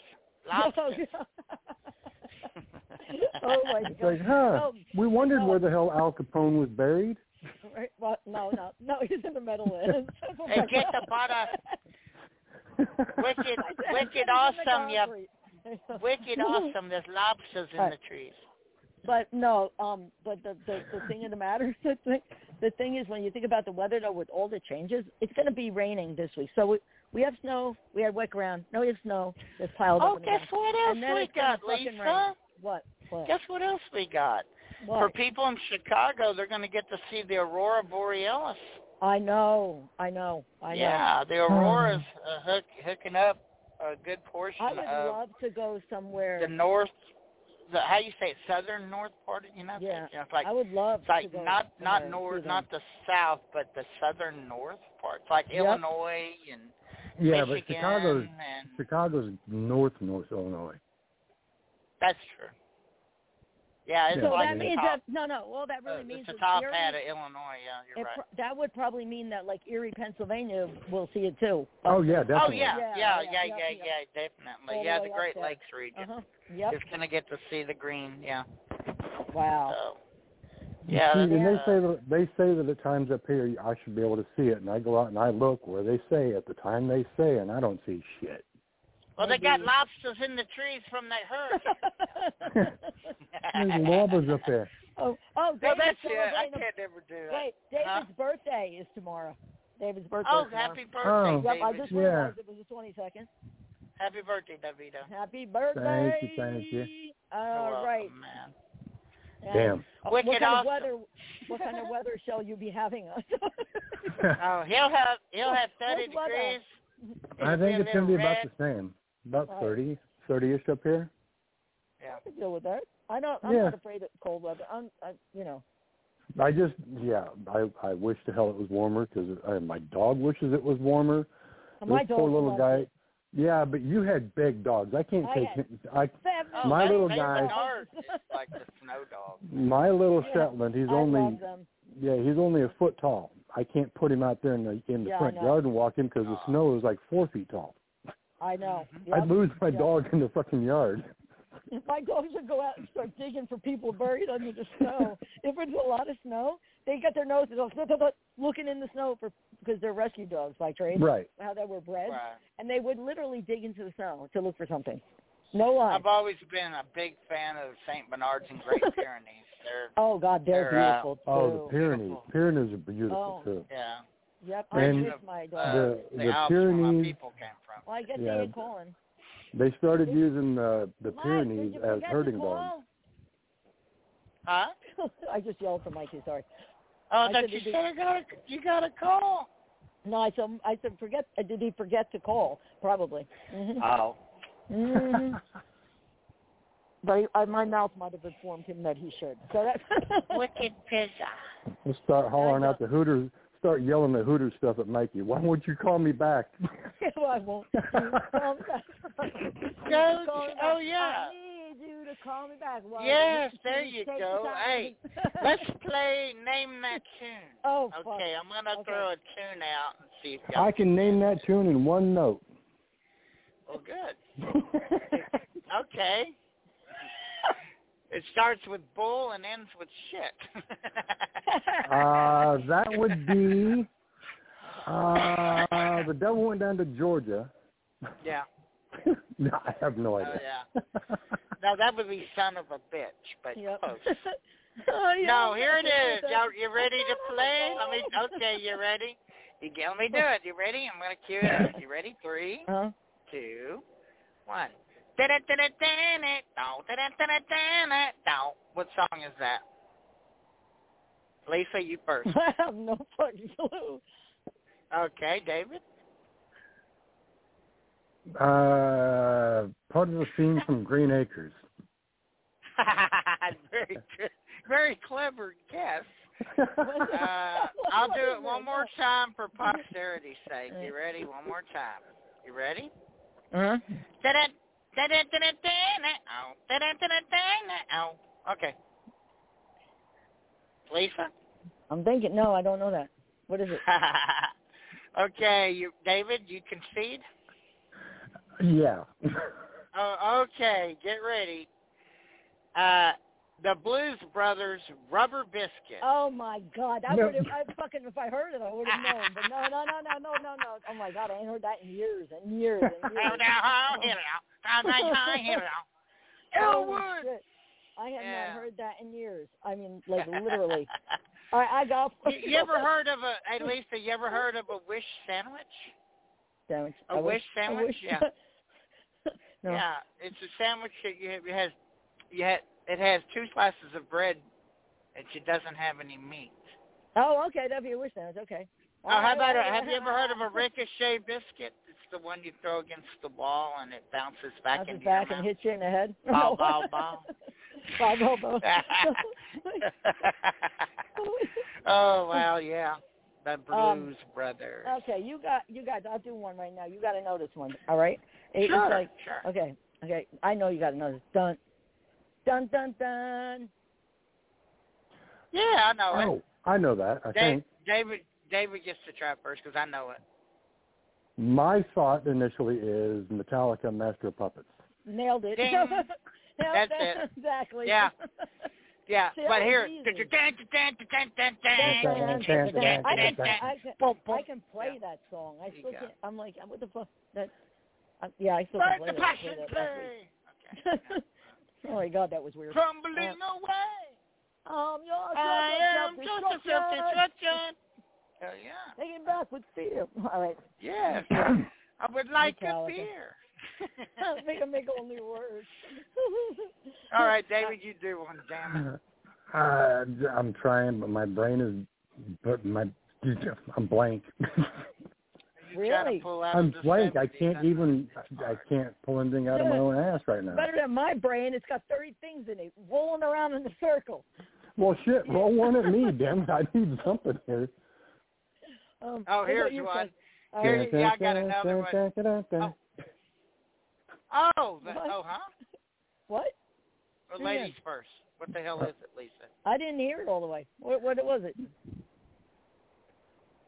Speaker 7: oh,
Speaker 4: Lobsters.
Speaker 7: yeah.
Speaker 4: <laughs>
Speaker 7: oh my
Speaker 8: It's
Speaker 7: God! Oh,
Speaker 8: like, huh?
Speaker 7: No,
Speaker 8: We wondered
Speaker 7: no.
Speaker 8: where the hell Al Capone was buried.
Speaker 7: Right? Well, no, no, no. <laughs> He's in the <laughs> Meadowlands.
Speaker 4: Hey, get the butt
Speaker 7: <laughs>
Speaker 4: up. Wicked, wicked awesome, you
Speaker 7: <laughs> yeah.
Speaker 4: wicked awesome. There's lobsters in
Speaker 7: Right.
Speaker 4: the trees.
Speaker 7: But no, um, but the, the the thing of the matter, <laughs> the thing, the thing is, when you think about the weather though, with all the changes, it's going to be raining this week. So we we have snow, we had wet ground, now we have snow that's piled
Speaker 4: Oh,
Speaker 7: up. in the
Speaker 4: guess
Speaker 7: ground.
Speaker 4: what else
Speaker 7: and then
Speaker 4: we
Speaker 7: it's gonna
Speaker 4: got,
Speaker 7: fucking
Speaker 4: Lisa?
Speaker 7: rain. What? What?
Speaker 4: Guess what else we got?
Speaker 7: what?
Speaker 4: For people in Chicago, they're going to get to see the aurora borealis.
Speaker 7: I know, I know, I know.
Speaker 4: yeah,
Speaker 7: <sighs>
Speaker 4: the aurora's uh, hook, hooking up a good portion
Speaker 7: I would
Speaker 4: of
Speaker 7: love to go somewhere.
Speaker 4: the north. The how you say it, southern north part of the United
Speaker 7: Yeah,
Speaker 4: States. It's like
Speaker 7: I would love
Speaker 4: it's like
Speaker 7: to go
Speaker 4: not not
Speaker 7: somewhere
Speaker 4: north,
Speaker 7: to
Speaker 4: not the south, but the southern north part. It's like
Speaker 7: Yep.
Speaker 4: Illinois and
Speaker 8: <laughs> yeah, but
Speaker 4: Michigan
Speaker 8: Chicago's
Speaker 4: and
Speaker 8: Chicago's north North Illinois.
Speaker 4: that's true. Yeah, it's
Speaker 8: Yeah.
Speaker 7: So
Speaker 4: like
Speaker 7: that
Speaker 4: the
Speaker 7: means
Speaker 4: top,
Speaker 7: that no, no. Well, that really
Speaker 4: uh,
Speaker 7: means
Speaker 4: it's the
Speaker 7: that
Speaker 4: top
Speaker 7: Erie-
Speaker 4: hat of Illinois. Yeah, you're
Speaker 7: it
Speaker 4: right.
Speaker 7: pro- that would probably mean that like Erie, Pennsylvania, will see it too.
Speaker 8: Oh yeah, definitely.
Speaker 4: Oh yeah,
Speaker 7: Yeah,
Speaker 4: yeah,
Speaker 7: yeah,
Speaker 4: yeah,
Speaker 7: yeah,
Speaker 4: yeah,
Speaker 7: yeah.
Speaker 4: yeah, definitely.
Speaker 7: All the
Speaker 4: yeah,
Speaker 7: way
Speaker 4: the
Speaker 7: up
Speaker 4: Great
Speaker 7: there.
Speaker 4: Lakes region.
Speaker 7: Uh-huh. Yep.
Speaker 4: It's gonna get to see the green. Yeah.
Speaker 7: Wow.
Speaker 4: So. Yeah.
Speaker 8: See, and they
Speaker 4: that's, uh,
Speaker 8: say that they say that at times up here I should be able to see it, and I go out and I look where they say at the time they say, and I don't see shit.
Speaker 4: well, they got lobsters in the trees from that hurricane.
Speaker 7: <laughs>
Speaker 8: There's lobas up there.
Speaker 7: oh, oh,
Speaker 4: No,
Speaker 7: David's
Speaker 4: that's it. I
Speaker 7: celebrating.
Speaker 4: can't ever do that.
Speaker 7: Wait, David's
Speaker 4: Huh?
Speaker 7: birthday is tomorrow. David's birthday.
Speaker 4: Oh,
Speaker 7: is tomorrow.
Speaker 4: happy birthday,
Speaker 8: Oh.
Speaker 7: Yep, I
Speaker 4: David.
Speaker 7: just
Speaker 8: Yeah.
Speaker 7: realized it was the twenty second.
Speaker 4: Happy birthday, Davida.
Speaker 7: Happy birthday.
Speaker 8: thank you.
Speaker 7: All right.
Speaker 4: man.
Speaker 7: And, <laughs>
Speaker 8: Damn.
Speaker 7: uh, what
Speaker 4: Wicked
Speaker 7: kind of
Speaker 4: awesome.
Speaker 7: weather? What kind of weather shall you be having? us? <laughs>
Speaker 8: <laughs>
Speaker 4: Oh, he'll have he'll have thirty
Speaker 7: What's weather?
Speaker 4: degrees.
Speaker 8: I
Speaker 4: It'll
Speaker 8: think
Speaker 4: a
Speaker 8: it's gonna
Speaker 4: little
Speaker 8: be about
Speaker 4: red.
Speaker 8: the same, about
Speaker 7: Right.
Speaker 8: thirty, thirty-ish up here.
Speaker 4: Yeah.
Speaker 7: I can deal with that. I don't. I'm
Speaker 8: Yeah.
Speaker 7: not afraid of cold weather. I'm. I, you know.
Speaker 8: I just, yeah, I I wish to hell it was warmer because uh, my dog wishes it was warmer.
Speaker 7: Oh, My
Speaker 8: this poor
Speaker 7: dog
Speaker 8: little
Speaker 7: loves
Speaker 8: guy,
Speaker 7: it.
Speaker 8: Yeah, but you had big dogs. I can't
Speaker 7: I
Speaker 8: take.
Speaker 7: had
Speaker 8: I
Speaker 7: Seven.
Speaker 4: Oh,
Speaker 8: My
Speaker 4: they-
Speaker 8: little
Speaker 4: they
Speaker 8: guy-
Speaker 4: <laughs> are just
Speaker 7: <laughs>
Speaker 4: like the snow dog.
Speaker 8: my little
Speaker 7: Yeah,
Speaker 8: Shetland. He's
Speaker 7: I
Speaker 8: only
Speaker 7: love them.
Speaker 8: yeah, he's only a foot tall. I can't put him out there in the in the
Speaker 7: Yeah, I
Speaker 8: front
Speaker 7: know.
Speaker 8: yard and walk him because the snow is like four feet tall.
Speaker 7: I know.
Speaker 4: Mm-hmm.
Speaker 8: I'd
Speaker 7: Yep.
Speaker 8: lose my
Speaker 7: Yep.
Speaker 8: dog in the
Speaker 7: <laughs>
Speaker 8: fucking yard.
Speaker 7: My dogs would go <laughs> out and start digging for people buried under the snow. if it's a lot of snow, they got their noses all thut, thut, thut, looking in the snow for because they're rescue dogs by trade.
Speaker 8: Right.
Speaker 7: How they were bred,
Speaker 4: Right.
Speaker 7: and they would literally dig into the snow to look for something. No lie.
Speaker 4: I've always been a big fan of the St. Bernards and <laughs> Great Pyrenees. They're
Speaker 7: Oh God, they're,
Speaker 4: They're, uh,
Speaker 7: beautiful too.
Speaker 8: Oh, the Pyrenees.
Speaker 4: beautiful.
Speaker 8: Pyrenees are beautiful
Speaker 7: Oh.
Speaker 8: too.
Speaker 4: yeah.
Speaker 7: Yep, I
Speaker 8: And
Speaker 7: miss my
Speaker 4: Uh,
Speaker 7: dog.
Speaker 8: The-
Speaker 4: the,
Speaker 8: the
Speaker 4: Alps where my
Speaker 8: Pyrenees-
Speaker 4: people came from.
Speaker 7: well, I guess
Speaker 8: yeah.
Speaker 7: they ain't calling.
Speaker 8: They started using the the
Speaker 7: Mike,
Speaker 8: Pyrenees
Speaker 7: did you
Speaker 8: as
Speaker 7: forget
Speaker 8: herding
Speaker 7: to
Speaker 8: dogs.
Speaker 7: call?
Speaker 4: Huh?
Speaker 7: <laughs> I just yelled for Mikey. Sorry.
Speaker 4: Oh,
Speaker 7: I
Speaker 4: that
Speaker 7: said
Speaker 4: you
Speaker 7: it
Speaker 4: said I got a, you got a <laughs> call.
Speaker 7: No, I said I said forget. Uh, did he forget to call? Probably. Mhm.
Speaker 4: Oh.
Speaker 7: Mhm. <laughs> but he, uh, my mouth might have informed him that he should. So that. <laughs>
Speaker 4: Wicked pizza.
Speaker 8: Let's start hollering
Speaker 7: I
Speaker 8: out the Hooters. Start yelling the Hooters stuff at Mikey. Why won't you call me back?
Speaker 7: <laughs> well, I won't. Call him back. <laughs>
Speaker 4: Go-
Speaker 7: Call him
Speaker 4: oh,
Speaker 7: back.
Speaker 4: yeah.
Speaker 7: I need you to call me back. Well,
Speaker 4: Yes,
Speaker 7: you
Speaker 4: there
Speaker 7: please
Speaker 4: you
Speaker 7: take the
Speaker 4: go.
Speaker 7: time.
Speaker 4: Hey, Let's play Name That Tune.
Speaker 7: <laughs> oh, fuck.
Speaker 4: Okay, I'm going to
Speaker 7: Okay.
Speaker 4: throw a tune out and see if y'all
Speaker 8: I can name that tune in one note.
Speaker 4: Well, Oh,
Speaker 8: <laughs>
Speaker 4: good. Okay. It starts with bull and ends with shit.
Speaker 8: <laughs> uh, that
Speaker 7: <laughs>
Speaker 8: would be uh, the devil went down to Georgia.
Speaker 4: <laughs>
Speaker 8: <laughs>
Speaker 4: yeah.
Speaker 8: no, I have no
Speaker 4: Oh,
Speaker 8: idea.
Speaker 4: yeah. No, that would be son of a bitch, but
Speaker 7: Yep.
Speaker 4: close.
Speaker 7: <laughs> Oh, yeah,
Speaker 4: No,
Speaker 7: I'm
Speaker 4: here it
Speaker 7: gonna
Speaker 4: is.
Speaker 7: do
Speaker 4: Y'all,
Speaker 7: that.
Speaker 4: you ready to play? Let
Speaker 7: <laughs>
Speaker 4: me. Okay, you ready? You get, let me do it. You ready? I'm gonna cue it. up. You ready? Three,
Speaker 7: Huh?
Speaker 4: two, one. Da-da-da-da-da-da-da-da-da-da-da-da. What song is that? Lisa, you first.
Speaker 7: <laughs> I have no fucking clue.
Speaker 4: Okay, David.
Speaker 8: Uh, part of the scene from Green Acres.
Speaker 4: very, good. very clever guess. Uh, I'll do it one more time for posterity's sake. You ready? One more time. You ready?
Speaker 7: Uh-huh.
Speaker 4: Da-da, da-da, da-da, da-da, ow, da-da, da-da, da-da, ow. Okay. Lisa?
Speaker 7: I'm thinking. No, I don't know that. What is it?
Speaker 4: <laughs> okay, you, David, you concede?
Speaker 8: yeah.
Speaker 4: Oh, okay, get ready. Uh, the Blues Brothers Rubber Biscuit.
Speaker 7: Oh my God! I
Speaker 8: No.
Speaker 7: would have. I fucking if I heard it, I would have known. But no, no, no, no, no, no, no. Oh my God! I ain't heard that in years and years
Speaker 4: <laughs>
Speaker 7: and
Speaker 4: Oh,
Speaker 7: years.
Speaker 4: now, oh, here now. Oh, now, now, here
Speaker 7: <laughs>
Speaker 4: now.
Speaker 7: Holy
Speaker 4: Elwood!
Speaker 7: shit. I have
Speaker 4: Yeah.
Speaker 7: not heard that in years. I mean,
Speaker 4: <laughs>
Speaker 7: like literally. All right, I got.
Speaker 4: you, you ever heard of a, hey Lisa, you ever heard of a wish sandwich?
Speaker 7: <laughs> sandwich?
Speaker 4: A
Speaker 7: I wish,
Speaker 4: wish sandwich?
Speaker 7: I wish.
Speaker 4: Yeah.
Speaker 7: <laughs> no.
Speaker 4: Yeah, it's a sandwich that you have, it has, you ha it has two slices of bread, and it doesn't have any meat.
Speaker 7: Oh, okay. That'd be a wish sandwich. Okay.
Speaker 4: Oh, how about a, have you ever heard of a
Speaker 7: <laughs>
Speaker 4: ricochet biscuit? It's the one you throw against the wall and it bounces back
Speaker 7: Bounces
Speaker 4: into
Speaker 7: back
Speaker 4: your
Speaker 7: and
Speaker 4: mouth.
Speaker 7: hits you in the head.
Speaker 4: Bow,
Speaker 7: <laughs>
Speaker 4: bow, bow.
Speaker 7: bow, bow, bow.
Speaker 4: <laughs>
Speaker 7: <laughs>
Speaker 4: oh wow, yeah, the Blues
Speaker 7: Um,
Speaker 4: Brothers.
Speaker 7: okay, you got you got. I'll do one right now. You got to know this one. All right. It-
Speaker 4: sure,
Speaker 7: It's like uh,
Speaker 4: sure.
Speaker 7: okay, okay. I know you got to know this. Dun, dun, dun, dun.
Speaker 4: Yeah, I know it.
Speaker 8: <laughs> Oh, I know that. I
Speaker 4: Dave,
Speaker 8: think
Speaker 4: David, David gets to try first because I know it.
Speaker 8: my thought initially is Metallica, Master of Puppets.
Speaker 7: Nailed it.
Speaker 4: Ding.
Speaker 7: <laughs> Nailed
Speaker 4: That's
Speaker 7: that. <laughs> Exactly.
Speaker 4: Yeah. Yeah,
Speaker 7: See, that
Speaker 4: but
Speaker 7: was
Speaker 4: here,
Speaker 7: easy.
Speaker 8: Dun, dun, dun,
Speaker 7: I can,
Speaker 8: dun,
Speaker 7: I can,
Speaker 4: Boom, boom.
Speaker 7: I can play that song. I
Speaker 4: There you
Speaker 7: still
Speaker 4: go.
Speaker 7: can't. I'm like, what the fuck? That. I, yeah, I still
Speaker 4: Let
Speaker 7: can
Speaker 4: the
Speaker 7: play that. I
Speaker 4: passion
Speaker 7: played that last week.
Speaker 4: play. Okay.
Speaker 7: <laughs> oh my god, that was
Speaker 4: <laughs>
Speaker 7: weird.
Speaker 4: Crumbling away.
Speaker 7: Um, your
Speaker 4: I am
Speaker 7: self-
Speaker 4: just a self-destruction. Hell yeah.
Speaker 7: Taking back with fear. All right,
Speaker 4: Yes. I
Speaker 7: <clears throat>
Speaker 4: would like a
Speaker 7: Metallica.
Speaker 4: beer.
Speaker 7: <laughs> make a make only words.
Speaker 4: <laughs> All
Speaker 7: <laughs>
Speaker 4: right, David, you do one, damn it.
Speaker 8: Uh, I'm trying, but my brain is, but my, I'm <laughs> blank.
Speaker 4: You try to
Speaker 7: Really?
Speaker 4: pull out
Speaker 8: I'm
Speaker 4: the
Speaker 8: blank. I
Speaker 4: 70s.
Speaker 8: can't even. I can't pull anything out of my own ass right now.
Speaker 7: Better than my brain. It's got thirty things in it, rolling around in a circle.
Speaker 8: Well, <laughs> shit. Roll one at me, damn it. I need something here.
Speaker 7: Um,
Speaker 4: Oh,
Speaker 7: what about
Speaker 4: here's
Speaker 7: you,
Speaker 4: one.
Speaker 7: Chris? All
Speaker 4: Here
Speaker 7: right.
Speaker 4: yeah, I got another
Speaker 8: one.
Speaker 4: Oh. Oh, the,
Speaker 7: What?
Speaker 4: oh, huh?
Speaker 7: What?
Speaker 4: Or
Speaker 7: Yeah.
Speaker 4: ladies first. What the
Speaker 8: Uh,
Speaker 4: hell is it, Lisa?
Speaker 7: I didn't hear it all the way. What, what was it?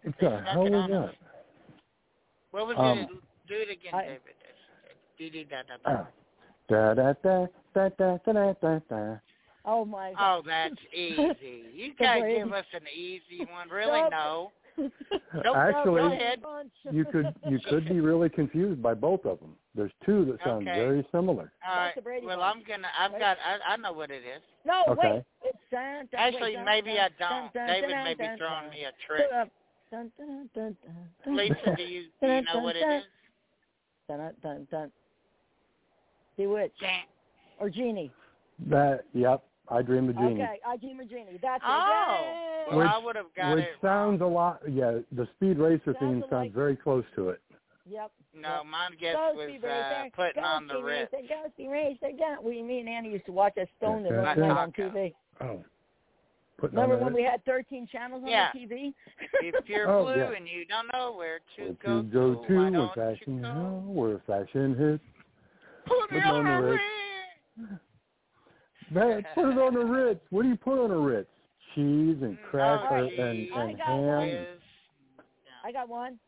Speaker 8: What the hell was that?
Speaker 4: What was
Speaker 8: Um,
Speaker 4: it? Do it again,
Speaker 7: I-
Speaker 4: David. Dee dee da da da.
Speaker 8: Ah. Da da da da da da da da.
Speaker 7: Oh my god.
Speaker 4: Oh,
Speaker 7: <laughs>
Speaker 4: that's easy. You
Speaker 7: The
Speaker 4: gotta
Speaker 7: brain.
Speaker 4: give us an easy one. Really?
Speaker 7: Nope.
Speaker 4: No.
Speaker 8: Uh, <laughs>
Speaker 7: Oh,
Speaker 8: Actually,
Speaker 4: go ahead.
Speaker 7: Bunch.
Speaker 8: you could you
Speaker 7: <laughs>
Speaker 8: could be really confused by both of them. There's two that sound
Speaker 4: Okay.
Speaker 8: very similar.
Speaker 4: All right.
Speaker 7: the Brady
Speaker 4: Well,
Speaker 7: Bunch.
Speaker 4: I'm gonna. I've got. I, I know what it is.
Speaker 7: No,
Speaker 8: Okay.
Speaker 7: wait. It's dun, dun,
Speaker 4: Actually,
Speaker 7: wait, dun,
Speaker 4: maybe I
Speaker 7: dun,
Speaker 4: don't.
Speaker 7: dun, dun,
Speaker 4: David
Speaker 7: dun,
Speaker 4: may be
Speaker 7: dun,
Speaker 4: throwing
Speaker 7: dun.
Speaker 4: me a trick.
Speaker 7: Dun, dun, dun, dun, dun,
Speaker 4: Lisa, do you do you know what it is?
Speaker 7: Dun, dun, dun, dun. Bewitched
Speaker 4: Can't.
Speaker 7: or Genie.
Speaker 8: That yep, I dreamed of Jeannie.
Speaker 7: Okay, I dream of Genie. That's
Speaker 4: Oh.
Speaker 7: it.
Speaker 4: Well,
Speaker 7: Yay.
Speaker 8: Which-
Speaker 4: I would have got
Speaker 8: Which
Speaker 4: it. wrong.
Speaker 8: sounds a lot yeah, the speed racer
Speaker 7: Sounds
Speaker 8: theme sounds
Speaker 7: alike.
Speaker 8: very close to it.
Speaker 7: Yep.
Speaker 4: No, mine guess
Speaker 7: Go
Speaker 4: was
Speaker 7: Steve
Speaker 4: uh,
Speaker 7: Ray,
Speaker 4: putting
Speaker 7: go
Speaker 4: on the
Speaker 7: Steve
Speaker 4: red.
Speaker 7: Ray, go Steve Ray, go. We, me and Annie used to watch that Stone that
Speaker 8: Like
Speaker 7: was night on
Speaker 4: Taco.
Speaker 7: TV.
Speaker 8: Oh. Putting
Speaker 7: Remember
Speaker 8: on
Speaker 7: when
Speaker 8: that-
Speaker 7: we had 13 channels on
Speaker 4: Yeah.
Speaker 7: the TV?
Speaker 4: If you're
Speaker 8: Oh,
Speaker 4: blue
Speaker 8: yeah.
Speaker 4: and you don't know where to
Speaker 8: If
Speaker 4: go,
Speaker 8: you go
Speaker 4: to, why
Speaker 8: to a
Speaker 4: don't
Speaker 8: fashion
Speaker 4: you go?
Speaker 8: hell, where fashion hits
Speaker 4: Put me
Speaker 8: Put
Speaker 4: on
Speaker 8: on
Speaker 4: a
Speaker 8: the
Speaker 4: red.
Speaker 8: red. Man, put
Speaker 4: <laughs>
Speaker 8: it on a Ritz. What do you put on a Ritz? Cheese and cracker
Speaker 4: oh,
Speaker 8: and,
Speaker 4: geez.
Speaker 8: and
Speaker 7: I got one.
Speaker 8: ham.
Speaker 4: Is-
Speaker 7: <laughs> I got one.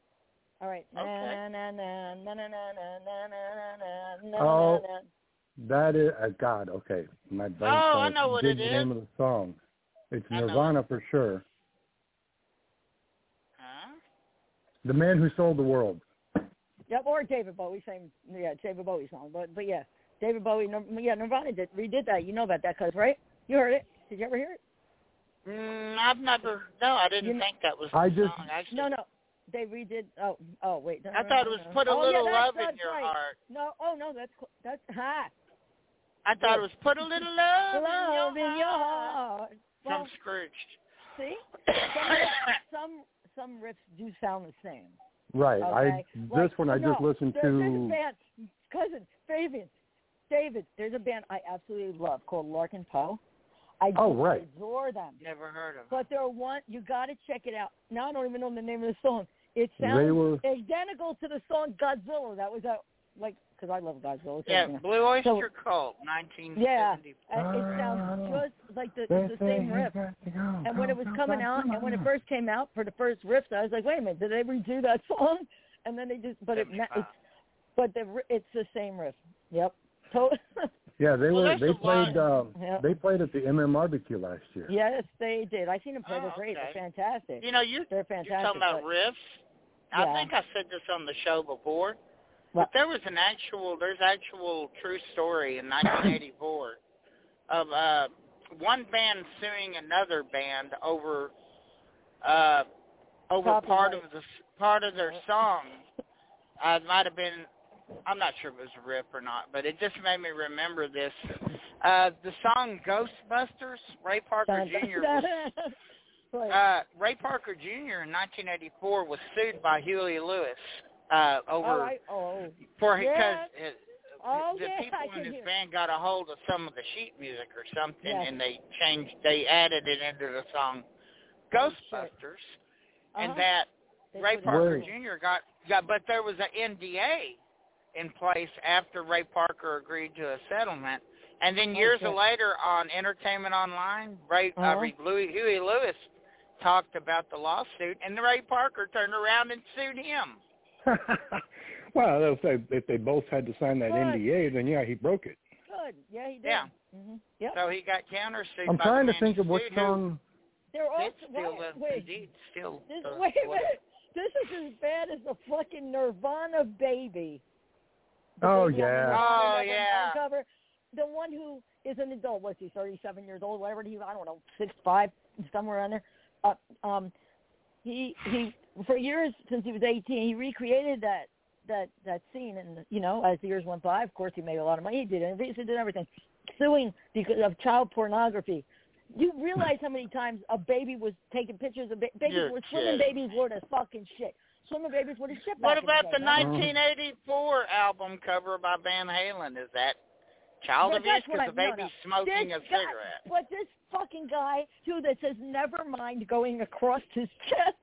Speaker 7: All right. Na,
Speaker 4: Okay.
Speaker 7: na, na, na, na, na, na, na, na, na, na,
Speaker 8: Oh.
Speaker 7: na, na.
Speaker 8: That is, uh, God, okay. My brain
Speaker 4: Oh, I
Speaker 8: kinda
Speaker 4: know what
Speaker 8: did
Speaker 4: it
Speaker 8: the
Speaker 4: is.
Speaker 8: name of the song. It's
Speaker 4: I know
Speaker 8: Nirvana for sure.
Speaker 4: Huh?
Speaker 8: The Man Who Sold the World.
Speaker 7: Yep, or David Bowie, same, yeah, David Bowie song, but but yeah, David Bowie, Nir- yeah, Nirvana did redid that. You know about that, cause right? You heard it? Did you ever hear it?
Speaker 4: Mm, I've never. No, I didn't
Speaker 7: You-
Speaker 4: think that was
Speaker 8: I
Speaker 4: the
Speaker 8: just-
Speaker 4: song. Actually,
Speaker 7: No, no, they redid. Oh, oh, wait. No,
Speaker 4: I
Speaker 7: no,
Speaker 4: thought it
Speaker 7: no,
Speaker 4: was
Speaker 7: no.
Speaker 4: put a
Speaker 7: oh,
Speaker 4: little
Speaker 7: yeah,
Speaker 4: love
Speaker 7: that's,
Speaker 4: in
Speaker 7: that's
Speaker 4: your
Speaker 7: right.
Speaker 4: heart.
Speaker 7: No, oh no, that's cl- that's ha.
Speaker 4: I thought it was put a little love,
Speaker 7: Love in your
Speaker 4: heart.
Speaker 7: heart.
Speaker 4: From
Speaker 7: Well,
Speaker 4: Scrooge.
Speaker 7: <coughs> see, some some riffs do sound the same.
Speaker 8: Right.
Speaker 7: Okay.
Speaker 8: I
Speaker 7: Like,
Speaker 8: this one I just
Speaker 7: no,
Speaker 8: listened
Speaker 7: there-
Speaker 8: to.
Speaker 7: There's a band, cousin Fabian, David. There's a band I absolutely love called Larkin Poe. I
Speaker 8: Oh,
Speaker 7: just
Speaker 8: right.
Speaker 7: adore them.
Speaker 4: Never heard of. it.
Speaker 7: But they're one. You got to check it out. Now I don't even know the name of the song. It
Speaker 8: they
Speaker 7: sounds
Speaker 8: were
Speaker 7: identical to the song Godzilla. That was out like because I love Godzilla. so,
Speaker 4: Yeah,
Speaker 7: you know.
Speaker 4: Blue Oyster
Speaker 7: So-
Speaker 4: Cult, 1970.
Speaker 7: And it sounds
Speaker 8: Ah.
Speaker 7: just like the, it's the same riff.
Speaker 8: Oh,
Speaker 7: And when it was coming out, and when it first came out for the first riff, I was like, wait a minute, did they redo that <laughs> song? And then they just, but it, ma- it's, but the ri- it's the same riff. Yep. So, <laughs>
Speaker 8: Yeah, they
Speaker 4: Well,
Speaker 8: were
Speaker 4: that's
Speaker 8: they
Speaker 4: a lot.
Speaker 8: played um
Speaker 7: Yeah.
Speaker 8: they played at the MMRBQ last year.
Speaker 7: yes, they did. I seen them play. They're
Speaker 4: Oh,
Speaker 7: great.
Speaker 4: okay.
Speaker 7: They're fantastic.
Speaker 4: You know, you
Speaker 7: They're
Speaker 4: You're
Speaker 7: fantastic.
Speaker 4: talking about
Speaker 7: but-
Speaker 4: riffs.
Speaker 7: Yeah.
Speaker 4: I think I said this on the show before.
Speaker 7: What?
Speaker 4: But there was an actual, there's actual true story in
Speaker 7: <coughs>
Speaker 4: 1984 of uh, one band suing another band over uh, over part of
Speaker 7: Copyright.
Speaker 4: the part of their song.
Speaker 7: <laughs>
Speaker 4: Uh, it might have been, I'm not sure if it was a riff or not, but it just made me remember this. Uh, the song Ghostbusters, Ray Parker
Speaker 7: Dun- <laughs>
Speaker 4: Jr.
Speaker 7: dun-
Speaker 4: was
Speaker 7: Right.
Speaker 4: uh, Ray Parker Jr. in 1984 was sued by Huey Lewis uh, over
Speaker 7: All right. Oh,
Speaker 4: for
Speaker 7: yes.
Speaker 4: because
Speaker 7: Oh,
Speaker 4: the
Speaker 7: yeah,
Speaker 4: people
Speaker 7: I
Speaker 4: in
Speaker 7: can
Speaker 4: his
Speaker 7: hear.
Speaker 4: band got a hold of some of the sheet music or something,
Speaker 7: Yes.
Speaker 4: and they changed, they added it into the song
Speaker 7: Oh, shit.
Speaker 4: Ghostbusters,
Speaker 7: Uh-huh.
Speaker 4: and that
Speaker 7: They
Speaker 4: Ray
Speaker 7: put it-
Speaker 4: Parker
Speaker 8: Word.
Speaker 4: Jr. got got, but there was an NDA in place after Ray Parker agreed to a settlement. And then
Speaker 7: Oh,
Speaker 4: years
Speaker 7: shit.
Speaker 4: later on Entertainment Online, Ray
Speaker 7: Uh-huh.
Speaker 4: uh, Ray- Louis, Huey Lewis talked about the lawsuit, and Ray Parker turned around and sued him.
Speaker 8: <laughs> well, if they, if they both had to sign that
Speaker 7: Right.
Speaker 8: NDA, then yeah, he broke it.
Speaker 7: Good. Yeah, he did.
Speaker 4: Yeah.
Speaker 7: hmm Yep.
Speaker 4: So he got countersued.
Speaker 8: I'm
Speaker 4: by
Speaker 8: trying
Speaker 4: the
Speaker 8: to
Speaker 4: man
Speaker 8: think
Speaker 4: who
Speaker 8: of what
Speaker 4: sued who
Speaker 8: song.
Speaker 7: They're all
Speaker 4: did steal
Speaker 7: right.
Speaker 4: the-
Speaker 7: Wait.
Speaker 4: did steal
Speaker 7: This,
Speaker 4: the-
Speaker 7: wait a minute. This is as bad as the fucking Nirvana baby. The
Speaker 8: Oh,
Speaker 7: baby on the
Speaker 8: yeah.
Speaker 7: Nirvana
Speaker 4: Oh,
Speaker 7: album
Speaker 4: yeah.
Speaker 7: cover. the one who is an adult. What's he? Thirty-seven years old, whatever he. I don't know, six five, somewhere on there. Uh, um, he he. For years since he was eighteen, he recreated that that that scene, and you know, as the years went by, of course, he made a lot of money. He did interviews, he did everything, suing because of child pornography. You realize how many times a baby was taking pictures of ba- babies
Speaker 4: You're
Speaker 7: were swimming
Speaker 4: kidding.
Speaker 7: babies were the fucking shit. Swimming babies were the shit.
Speaker 4: What
Speaker 7: back
Speaker 4: about the
Speaker 7: in the day, huh?
Speaker 4: 1984 album cover by Van Halen? Is that child
Speaker 7: Well,
Speaker 4: abuse
Speaker 7: that's what
Speaker 4: because
Speaker 7: I-
Speaker 4: the
Speaker 7: no,
Speaker 4: baby's smoking
Speaker 7: this
Speaker 4: a
Speaker 7: guy,
Speaker 4: cigarette?
Speaker 7: But this fucking guy too that says never mind going across his
Speaker 4: <laughs>
Speaker 7: chest.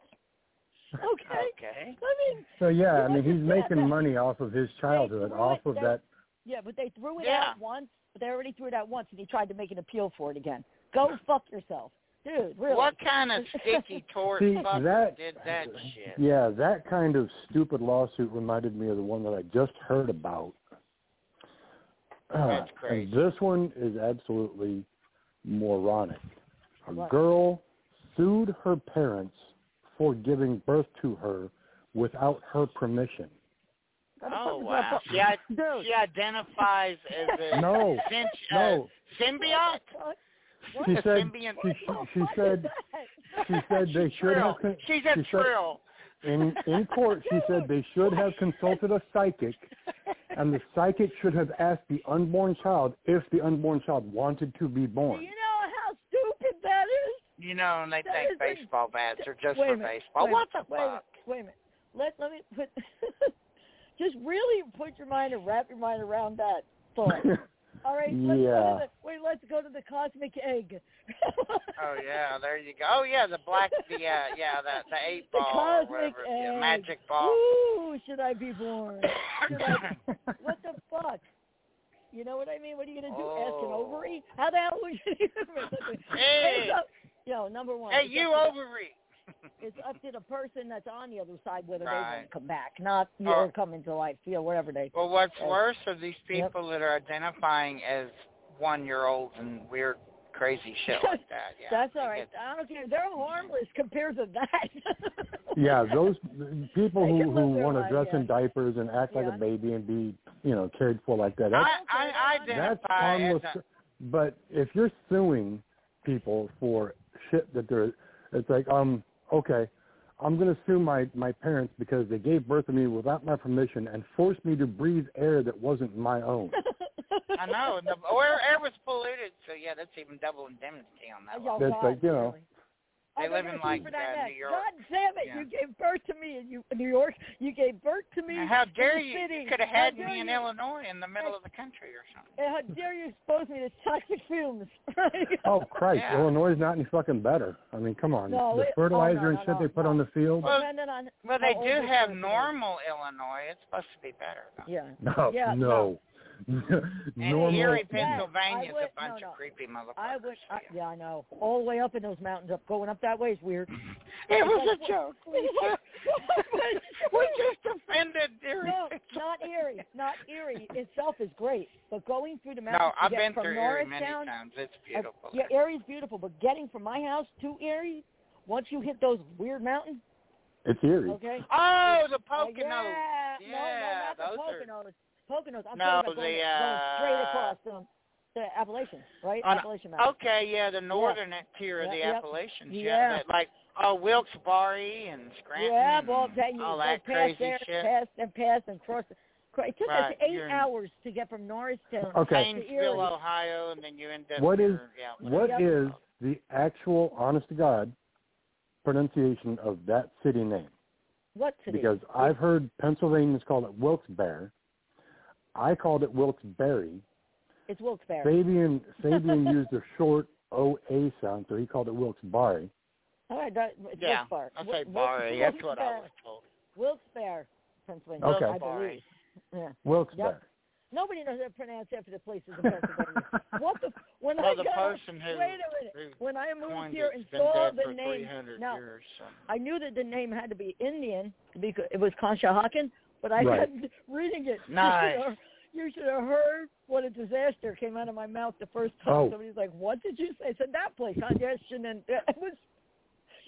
Speaker 7: Okay.
Speaker 4: Okay.
Speaker 7: I mean,
Speaker 8: So yeah, I
Speaker 7: What
Speaker 8: mean
Speaker 7: is
Speaker 8: he's
Speaker 7: that?
Speaker 8: making money off of his childhood,
Speaker 7: They
Speaker 8: off
Speaker 7: threw
Speaker 8: of
Speaker 7: it-
Speaker 8: that
Speaker 7: Yeah, but they threw it
Speaker 4: Yeah.
Speaker 7: out once. But they already threw it out once, and he tried to make an appeal for it again. Go fuck yourself, dude. Really?
Speaker 4: What kind of
Speaker 7: <laughs>
Speaker 4: sticky torch
Speaker 8: See,
Speaker 4: fucker
Speaker 8: that-
Speaker 4: did that shit?
Speaker 8: Yeah, that kind of stupid lawsuit reminded me of the one that I just heard about. Uh,
Speaker 4: That's crazy.
Speaker 8: This one is absolutely moronic. A
Speaker 7: What?
Speaker 8: girl sued her parents for giving birth to her without her permission.
Speaker 7: How the fuck
Speaker 4: Oh
Speaker 7: is that
Speaker 4: wow!
Speaker 7: fu-
Speaker 4: She, i-
Speaker 7: Dude.
Speaker 4: she identifies as a
Speaker 8: No,
Speaker 4: syn- uh,
Speaker 8: no.
Speaker 4: symbiote.
Speaker 7: What?
Speaker 8: She
Speaker 4: a
Speaker 8: said
Speaker 4: symbiont.
Speaker 8: she, she, she
Speaker 7: What is
Speaker 8: said
Speaker 7: that?
Speaker 8: she said they should
Speaker 4: Trill.
Speaker 8: have con-
Speaker 4: She's a
Speaker 8: she said-
Speaker 4: trill.
Speaker 8: in in court she said they should have consulted a psychic and the psychic should have asked the unborn child if the unborn child wanted to be
Speaker 7: <laughs> Do
Speaker 8: born.
Speaker 7: you know how stupid that is?
Speaker 4: You know, and they
Speaker 7: That
Speaker 4: think
Speaker 7: is a-
Speaker 4: baseball bats are just
Speaker 7: wait
Speaker 4: for
Speaker 7: a minute,
Speaker 4: baseball.
Speaker 7: wait a
Speaker 4: What the
Speaker 7: minute, wait a
Speaker 4: fuck?
Speaker 7: minute, Wait a minute. Let let me put. <laughs> just really put your mind and wrap your mind around that
Speaker 8: <laughs>
Speaker 7: thought. All right, let's go
Speaker 8: Yeah.
Speaker 7: to the, wait, let's go to the cosmic egg. <laughs>
Speaker 4: Oh yeah, there you go. Oh yeah, the black, the uh, yeah, the the eight
Speaker 7: <laughs> The
Speaker 4: ball, or
Speaker 7: cosmic
Speaker 4: whatever, the
Speaker 7: egg.
Speaker 4: magic ball.
Speaker 7: Ooh, should I be born? Should I, what the fuck? You know what I mean? What are you gonna do? Ask an
Speaker 4: Oh.
Speaker 7: ovary? How the hell would you?
Speaker 4: <laughs> Hey.
Speaker 7: It's up- Yo, number
Speaker 4: <laughs>
Speaker 7: one.
Speaker 4: hey,
Speaker 7: it's
Speaker 4: you
Speaker 7: up to
Speaker 4: ovary.
Speaker 7: the- It's up to the person that's on the other side whether they want
Speaker 4: Right.
Speaker 7: to come back, not you
Speaker 4: Oh.
Speaker 7: or come into life, feel whatever they.
Speaker 4: Well, what's
Speaker 7: Uh,
Speaker 4: worse are these
Speaker 7: yep.
Speaker 4: people that are identifying as one-year-olds and weird, crazy shit
Speaker 7: <laughs>
Speaker 4: like that. Yeah,
Speaker 7: that's
Speaker 4: I
Speaker 7: all right.
Speaker 4: get-
Speaker 7: I don't care. They're harmless compared to that.
Speaker 8: <laughs> yeah,
Speaker 7: <laughs>
Speaker 8: those people
Speaker 7: They
Speaker 8: who
Speaker 7: can
Speaker 8: who
Speaker 7: live their
Speaker 8: want to
Speaker 7: life,
Speaker 8: dress
Speaker 7: yeah.
Speaker 8: in diapers and act like
Speaker 7: Yeah.
Speaker 8: a baby and be, you know, cared for like that. That's
Speaker 4: I, I
Speaker 7: Okay,
Speaker 8: that's
Speaker 4: identify
Speaker 8: harmless.
Speaker 4: as a,
Speaker 8: But if you're suing people for shit that they're, it's like, um, okay, I'm gonna sue my my parents because they gave birth to me without my permission and forced me to breathe air that wasn't
Speaker 7: <laughs>
Speaker 8: my own.
Speaker 4: I know, and the or air was polluted, so yeah, that's even double indemnity on that.
Speaker 7: Oh,
Speaker 4: one.
Speaker 8: That's
Speaker 7: God,
Speaker 8: like, you know.
Speaker 7: really.
Speaker 4: They
Speaker 7: Oh, they're
Speaker 4: live in,
Speaker 7: gonna sue
Speaker 4: like,
Speaker 7: for that
Speaker 4: uh,
Speaker 7: next.
Speaker 4: New York.
Speaker 7: God damn it!
Speaker 4: Yeah.
Speaker 7: You gave birth to me in you, New York. You gave birth to me.
Speaker 4: Now, How dare
Speaker 7: in the
Speaker 4: you?
Speaker 7: City.
Speaker 4: You could have
Speaker 7: How
Speaker 4: had
Speaker 7: dare
Speaker 4: me in
Speaker 7: you?
Speaker 4: Illinois in the middle of the country or something.
Speaker 7: And how dare you expose me to toxic fumes? <laughs>
Speaker 8: Oh Christ!
Speaker 4: Yeah.
Speaker 8: Illinois is not any fucking better. I mean, come on.
Speaker 7: No,
Speaker 8: the
Speaker 7: it- oh,
Speaker 8: fertilizer
Speaker 7: no,
Speaker 8: and
Speaker 7: no,
Speaker 8: shit they
Speaker 7: no,
Speaker 8: put
Speaker 7: no.
Speaker 8: on the field.
Speaker 4: Well,
Speaker 7: Dependent on
Speaker 4: Well,
Speaker 7: how
Speaker 4: they
Speaker 7: old
Speaker 4: do
Speaker 7: this
Speaker 4: have
Speaker 7: person is.
Speaker 4: normal Illinois. It's supposed to be better. Though.
Speaker 7: Yeah.
Speaker 8: <laughs> No,
Speaker 7: Yeah,
Speaker 8: <laughs> no.
Speaker 4: And
Speaker 8: Normal.
Speaker 4: Erie,
Speaker 7: Yeah, I
Speaker 4: Pennsylvania is
Speaker 7: would-
Speaker 4: a bunch
Speaker 7: no, no.
Speaker 4: of creepy motherfuckers.
Speaker 7: I would. I,
Speaker 4: yeah.
Speaker 7: yeah, I know. All the way up in those mountains, up going up that way is
Speaker 4: <laughs>
Speaker 7: weird.
Speaker 4: It was
Speaker 7: <laughs>
Speaker 4: a joke. <laughs> We just, we just offended Erie.
Speaker 7: <laughs> No, not
Speaker 4: Pennsylvania.
Speaker 7: Erie. Not Erie itself is great, but going through the mountains
Speaker 4: No, I've
Speaker 7: to get
Speaker 4: been
Speaker 7: from
Speaker 4: through Erie many
Speaker 7: Norristown
Speaker 4: times. It's
Speaker 7: Uh,
Speaker 4: beautiful.
Speaker 7: Yeah,
Speaker 4: there.
Speaker 7: Erie's beautiful, but getting from my house to Erie, once you hit those weird mountains,
Speaker 8: It's eerie.
Speaker 7: okay?
Speaker 4: Oh, the
Speaker 7: Uh,
Speaker 4: Poconos.
Speaker 7: yeah.
Speaker 4: Yeah,
Speaker 7: no, no, not
Speaker 4: those
Speaker 7: the Poconos. Poconos. I'm
Speaker 4: No,
Speaker 7: talking about
Speaker 4: the,
Speaker 7: going,
Speaker 4: uh,
Speaker 7: going straight across the, the Appalachian, right?
Speaker 4: On-
Speaker 7: Appalachian Mountains.
Speaker 4: Okay, yeah, the northern tier of
Speaker 7: Yeah,
Speaker 4: the
Speaker 7: yep.
Speaker 4: Appalachians.
Speaker 7: Yeah.
Speaker 4: that, like oh, Wilkes-Barre and Scranton.
Speaker 7: yeah,
Speaker 4: and
Speaker 7: well, that you
Speaker 4: all
Speaker 7: go
Speaker 4: that
Speaker 7: past
Speaker 4: crazy
Speaker 7: there,
Speaker 4: shit.
Speaker 7: past and past and cross. the- cro- It took us
Speaker 4: Right,
Speaker 7: 8
Speaker 4: you're in-
Speaker 7: hours to get from Norristown.
Speaker 8: Okay.
Speaker 7: to Erie.
Speaker 4: Painesville, Ohio, and then you end up.
Speaker 8: What is-
Speaker 4: near- yeah,
Speaker 8: What
Speaker 7: Yep.
Speaker 8: is the actual, honest to God, pronunciation of that city name?
Speaker 7: What city?
Speaker 8: Because I've heard Pennsylvanians call it Wilkes-Barre. I called it Wilkes-Barre.
Speaker 7: it's
Speaker 4: <laughs>
Speaker 7: Wilkes-Barre.
Speaker 8: Fabian Fabian used a short OA sound, so he called it Wilkes-Barre.
Speaker 7: All right, that, it's
Speaker 4: Yeah,
Speaker 7: Wilkes-Barre.
Speaker 4: I
Speaker 7: Wil-
Speaker 4: say
Speaker 7: Wil-
Speaker 4: Barre. That's what I
Speaker 7: Wilkes-Barre.
Speaker 4: was told.
Speaker 7: Wilkes-Barre, Pennsylvania.
Speaker 8: Okay.
Speaker 7: I
Speaker 4: Wilkes-Barre.
Speaker 7: believe. Yeah.
Speaker 8: Wilkes-Barre.
Speaker 7: Nobody knows how to pronounce after the places in Pennsylvania.
Speaker 8: <laughs>
Speaker 7: what the? When
Speaker 4: Well,
Speaker 7: <laughs> I
Speaker 4: the
Speaker 7: got,
Speaker 4: person who
Speaker 7: wait a minute.
Speaker 4: who
Speaker 7: When I moved
Speaker 4: coined
Speaker 7: here
Speaker 4: it
Speaker 7: and
Speaker 4: has been
Speaker 7: saw
Speaker 4: dead
Speaker 7: the
Speaker 4: for
Speaker 7: name,
Speaker 4: 300
Speaker 7: no,
Speaker 4: years. So.
Speaker 7: I knew that the name had to be Indian because it was Conshohocken, but I
Speaker 8: Right.
Speaker 7: kept reading it.
Speaker 4: Nice.
Speaker 7: You should, have, you should have heard what a disaster came out of my mouth the first time.
Speaker 8: Oh.
Speaker 7: Somebody's like, "What did you say?" I said that place, congestion, and <laughs> it was.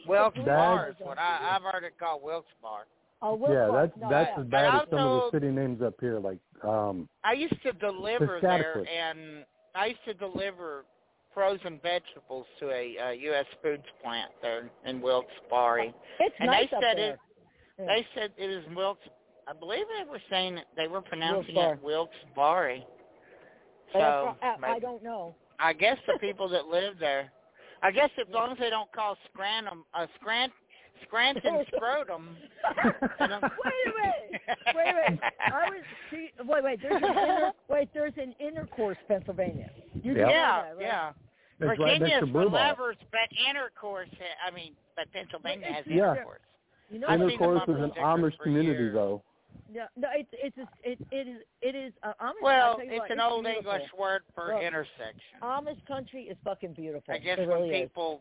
Speaker 4: Wilkes-Barre is
Speaker 7: That's-
Speaker 4: what I, I've heard it called Wilkes-Barre.
Speaker 7: Oh,
Speaker 8: Yeah,
Speaker 7: Wilcox.
Speaker 8: that's
Speaker 7: no,
Speaker 8: that's
Speaker 7: yeah.
Speaker 8: as bad as
Speaker 4: But
Speaker 8: some of
Speaker 4: also-
Speaker 8: the city names up here, like
Speaker 4: <laughs>
Speaker 8: um
Speaker 4: I used to deliver there,
Speaker 8: Piscataqua.
Speaker 4: and I used to deliver frozen vegetables to a uh, U.S. Foods plant there in Wilkes-Barre.
Speaker 7: It's
Speaker 4: And
Speaker 7: nice
Speaker 4: they
Speaker 7: up
Speaker 4: said
Speaker 7: there.
Speaker 4: it. They said it is Wilkes. I believe they were saying it, they were pronouncing it Wilkes-Barre.
Speaker 7: But
Speaker 4: So
Speaker 7: I, I, I
Speaker 4: maybe-
Speaker 7: don't
Speaker 4: <laughs>
Speaker 7: know.
Speaker 4: I guess the people that live there. I guess as long as they don't call Scranton, uh, Scrant,
Speaker 7: <laughs>
Speaker 4: Scranton scrotum.
Speaker 7: wait a minute. Wait a minute. I
Speaker 8: <laughs>
Speaker 7: was see, wait, wait. There's an inter, wait. There's an intercourse, Pennsylvania. You
Speaker 8: Yep.
Speaker 7: know
Speaker 4: Yeah,
Speaker 7: that, right?
Speaker 4: yeah.
Speaker 8: <laughs> it's right
Speaker 4: Virginia
Speaker 8: next to
Speaker 4: is for
Speaker 8: Blue Ball.
Speaker 4: lovers, but intercourse. ha- I mean, but Pennsylvania has
Speaker 8: Yeah.
Speaker 4: intercourse.
Speaker 7: You know,
Speaker 4: I've seen them
Speaker 8: Intercourse
Speaker 4: up
Speaker 8: is
Speaker 4: in
Speaker 8: an
Speaker 4: Dickers
Speaker 8: Amish
Speaker 4: for
Speaker 8: community
Speaker 4: years.
Speaker 8: though.
Speaker 7: No, no, it's it's a, it it is it is. Uh, Amish, I'll
Speaker 4: Well,
Speaker 7: tell you
Speaker 4: it's
Speaker 7: what,
Speaker 4: an old
Speaker 7: beautiful.
Speaker 4: English word for
Speaker 7: Well,
Speaker 4: intersection.
Speaker 7: Amish country is fucking beautiful.
Speaker 4: I guess
Speaker 7: it
Speaker 4: when
Speaker 7: really is.
Speaker 4: people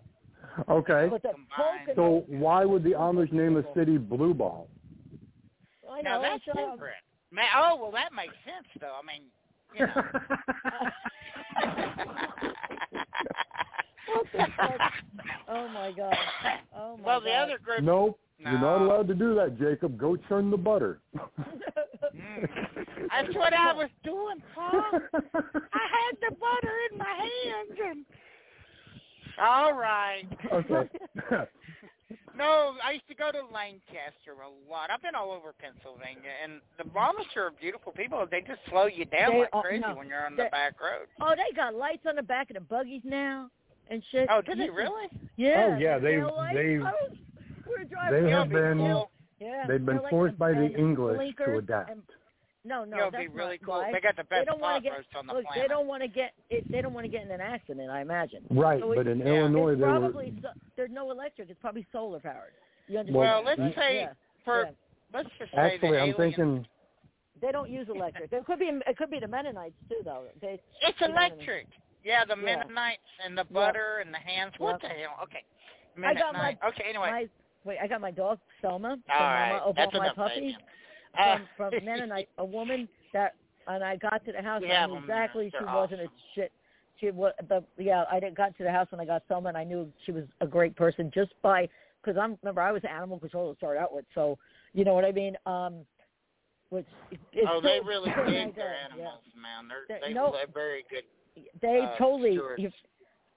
Speaker 8: Okay.
Speaker 7: But the
Speaker 4: combine-
Speaker 7: polka
Speaker 8: So why would the Amish name a city Blue Ball?
Speaker 7: I
Speaker 4: now
Speaker 7: know
Speaker 4: that's
Speaker 7: so-
Speaker 4: different. Ma oh well, that makes sense though. I mean, you know.
Speaker 7: What the
Speaker 4: <laughs>
Speaker 7: fuck? Oh my god. Oh my
Speaker 4: well,
Speaker 7: god.
Speaker 4: the
Speaker 7: <laughs>
Speaker 4: other group. <laughs>
Speaker 8: nope. You're not
Speaker 4: No.
Speaker 8: allowed to do that, Jacob. Go churn the butter.
Speaker 4: Mm. That's what I was <laughs> doing, Paul. I had the butter in my hands and. All right.
Speaker 8: <laughs> okay.
Speaker 4: No, I used to go to Lancaster a lot. I've been all over Pennsylvania, and the Amish are beautiful people. They just slow you down
Speaker 7: They
Speaker 4: like
Speaker 7: are-
Speaker 4: crazy
Speaker 7: no,
Speaker 4: when you're on
Speaker 7: they-
Speaker 4: the back road.
Speaker 7: oh, they got lights on the back of the buggies now and shit.
Speaker 4: Oh, did they
Speaker 7: You-
Speaker 4: really?
Speaker 7: Yeah.
Speaker 8: Oh, yeah,
Speaker 7: the
Speaker 8: they-
Speaker 7: tail lights.
Speaker 8: they-
Speaker 7: Oh, <laughs> We're driving.
Speaker 8: They
Speaker 4: You'll
Speaker 8: have
Speaker 4: be
Speaker 8: been
Speaker 4: cool.
Speaker 7: yeah.
Speaker 8: they've been
Speaker 7: tail lights
Speaker 8: forced
Speaker 7: and-
Speaker 8: by the
Speaker 7: and
Speaker 8: English
Speaker 7: blinkers
Speaker 8: to adapt.
Speaker 7: and- no, no,
Speaker 4: You'll
Speaker 7: that's
Speaker 4: be really
Speaker 7: not
Speaker 4: cool.
Speaker 7: why.
Speaker 4: They got the
Speaker 7: They
Speaker 4: best
Speaker 7: don't wanna
Speaker 4: pot
Speaker 7: get-
Speaker 4: roast on the
Speaker 7: Look,
Speaker 4: planet.
Speaker 7: they don't want to get it, they don't want to get in an accident. I imagine.
Speaker 8: <laughs> Right,
Speaker 7: So it-
Speaker 8: but in
Speaker 4: yeah,
Speaker 8: Illinois
Speaker 7: it's
Speaker 8: they were
Speaker 7: probably so, there's no electric. It's probably solar powered. You understand?
Speaker 4: Well,
Speaker 7: that,
Speaker 4: let's
Speaker 7: right?
Speaker 4: say
Speaker 7: yeah.
Speaker 4: For
Speaker 7: yeah.
Speaker 4: let's just say
Speaker 8: actually
Speaker 4: the
Speaker 8: I'm
Speaker 4: aliens-
Speaker 8: thinking
Speaker 7: They don't use electric. It could be it could be the Mennonites too, though. They,
Speaker 4: It's
Speaker 7: you know what I mean?
Speaker 4: electric. Yeah, the
Speaker 7: Yeah.
Speaker 4: Mennonites and the butter and the hands. What
Speaker 7: Yep.
Speaker 4: the hell? Okay.
Speaker 7: I got
Speaker 4: Mennonite. okay, anyway.
Speaker 7: My, wait, I got my dog Selma from
Speaker 4: All right.
Speaker 7: Mama Over
Speaker 4: That's
Speaker 7: My
Speaker 4: enough,
Speaker 7: Puppy
Speaker 4: Fabian. Uh, <laughs>
Speaker 7: from, from Mennonite, a woman that, and I got to the house
Speaker 4: We
Speaker 7: and I
Speaker 4: have
Speaker 7: knew
Speaker 4: them there.
Speaker 7: exactly she
Speaker 4: They're
Speaker 7: wasn't a
Speaker 4: awesome.
Speaker 7: shit. She was, but yeah, I did, got to the house when I got Selma and I knew she was a great person just by because I'm remember I was animal control to start out with, so you know what I mean. Um, which it's
Speaker 4: oh, they
Speaker 7: still- <laughs>
Speaker 4: really
Speaker 7: still an
Speaker 4: dig
Speaker 7: idea,
Speaker 4: their
Speaker 7: yeah
Speaker 4: animals, man. They're,
Speaker 7: They're-
Speaker 4: they,
Speaker 7: no-
Speaker 4: they're very good.
Speaker 7: they
Speaker 4: uh,
Speaker 7: totally
Speaker 4: stewards.
Speaker 7: if,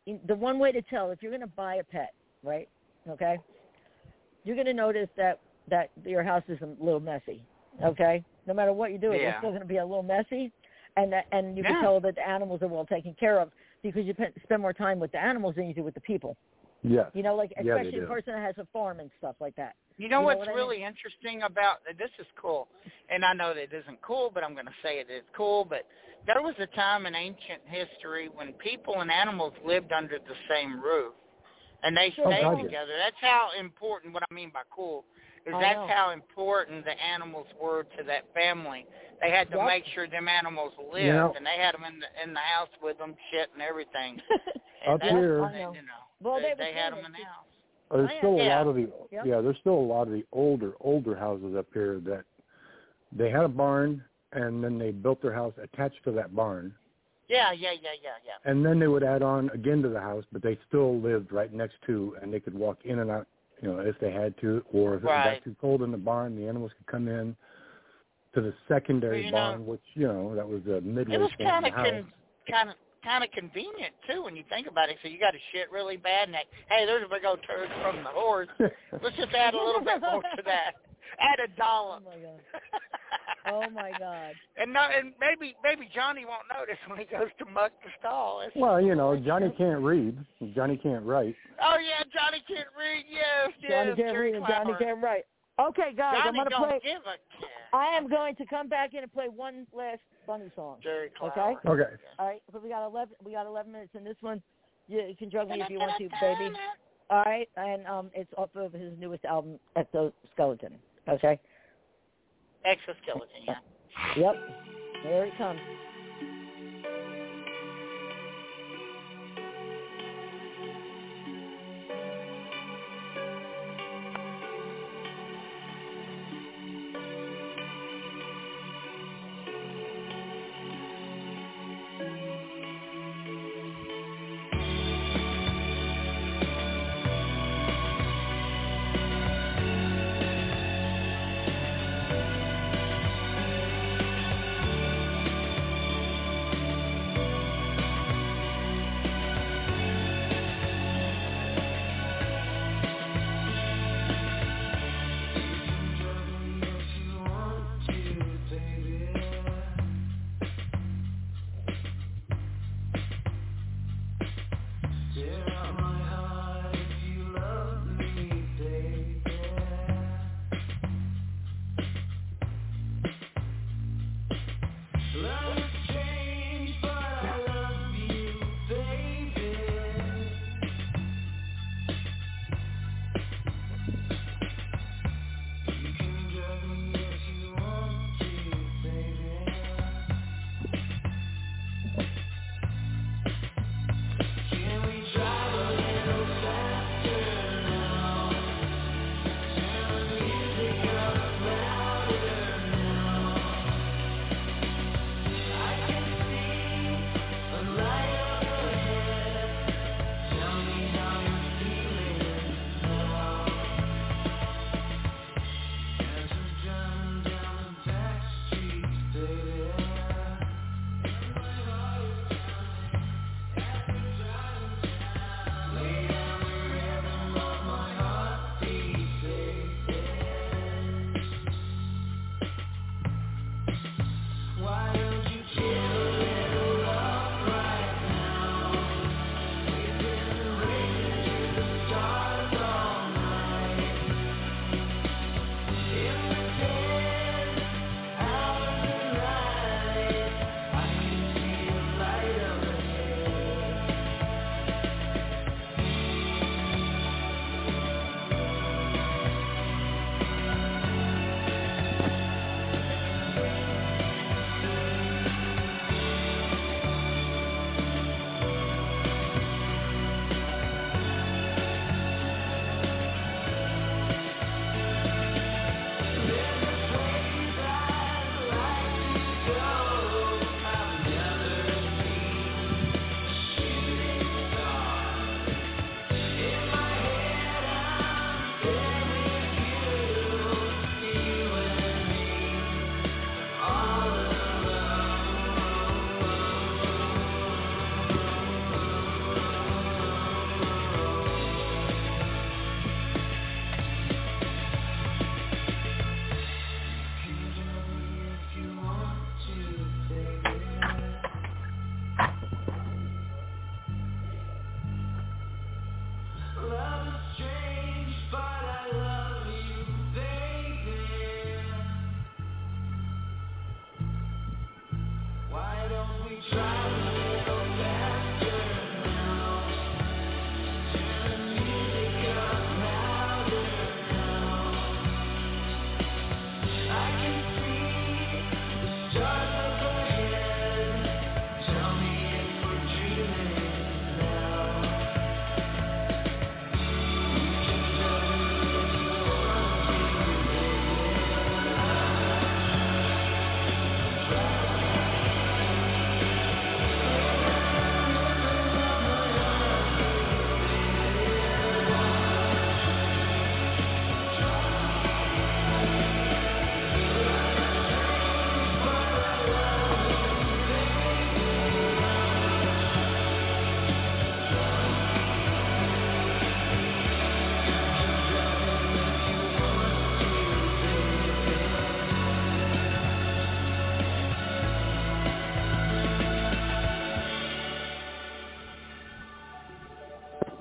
Speaker 7: if- the one way to tell if you're going to buy a pet right okay you're going to notice that that your house is a little messy okay no matter what you do it's
Speaker 4: Yeah.
Speaker 7: still going to be a little messy and that, and you
Speaker 4: Yeah.
Speaker 7: can tell that the animals are well taken care of because you pe- spend more time with the animals than you do with the people
Speaker 8: yes.
Speaker 7: you know like
Speaker 8: Yeah, they
Speaker 7: especially
Speaker 8: do.
Speaker 7: a person that has a farm and stuff like
Speaker 4: <laughs>
Speaker 7: that
Speaker 4: You
Speaker 7: You
Speaker 4: know
Speaker 7: know
Speaker 4: what's
Speaker 7: what I mean?
Speaker 4: really interesting about this is cool, and I know that it isn't cool, but I'm going to say it is cool. But there was a time in ancient history when people and animals lived under the same roof, and they
Speaker 7: Sure.
Speaker 8: Oh,
Speaker 4: stayed
Speaker 8: God, yeah.
Speaker 4: together. That's how important. What I mean by cool is
Speaker 7: I
Speaker 4: that's
Speaker 7: know.
Speaker 4: how important the animals were to that family. They had to
Speaker 7: Yep.
Speaker 4: make sure them animals lived,
Speaker 8: know-
Speaker 4: and they had them in the in the house with them, shit and everything. And
Speaker 8: Up
Speaker 4: that's-
Speaker 8: here-
Speaker 7: I know.
Speaker 4: you know,
Speaker 7: Well,
Speaker 4: they,
Speaker 7: they were
Speaker 4: had
Speaker 7: doing
Speaker 4: them in
Speaker 7: it
Speaker 4: the
Speaker 7: be-
Speaker 4: house.
Speaker 8: There's
Speaker 7: I
Speaker 8: still a
Speaker 4: Yeah.
Speaker 8: lot of the
Speaker 7: Yep.
Speaker 8: yeah, there's still a lot of the older older houses up here that they had a barn and then they built their house attached to that barn
Speaker 4: Yeah, yeah, yeah, yeah, yeah.
Speaker 8: and then they would add on again to the house, but they still lived right next to, and they could walk in and out, you know, if they had to, or if it
Speaker 4: Right.
Speaker 8: got too cold in the barn, the animals could come in to the secondary
Speaker 4: Well, you know-
Speaker 8: barn, which you know that was the midway
Speaker 4: It was
Speaker 8: point in
Speaker 4: kind
Speaker 8: the
Speaker 4: of
Speaker 8: house.
Speaker 4: con- kind of kind of convenient too when you think about it. So you got to shit really bad, and that, hey, there's a big old turd from the horse. Let's just add a little bit more to that.
Speaker 7: <laughs>
Speaker 4: Add a
Speaker 7: oh
Speaker 4: dollop.
Speaker 7: my god oh my god
Speaker 4: <laughs> and no, and maybe maybe Johnny won't notice when he goes to muck the stall. It's-
Speaker 8: well, you know, Johnny can't read, Johnny can't write.
Speaker 4: oh yeah, Johnny can't read. Yes, yes.
Speaker 7: Johnny can't
Speaker 4: Jerry
Speaker 7: read and Johnny
Speaker 4: Clammer.
Speaker 7: can't write okay guys
Speaker 4: Johnny
Speaker 7: I'm gonna
Speaker 4: don't
Speaker 7: play
Speaker 4: give a care.
Speaker 7: I am going to come back in and play one last bunny song.
Speaker 4: Jerry
Speaker 7: Okay.
Speaker 4: Clammer.
Speaker 8: Okay,
Speaker 7: All right, but we got eleven. We got eleven minutes in this one. You you can drug me if you want to, baby. All right, and um, it's off of his newest album, Exoskeleton. Okay.
Speaker 4: Exoskeleton. Yeah.
Speaker 7: Yep. There it comes.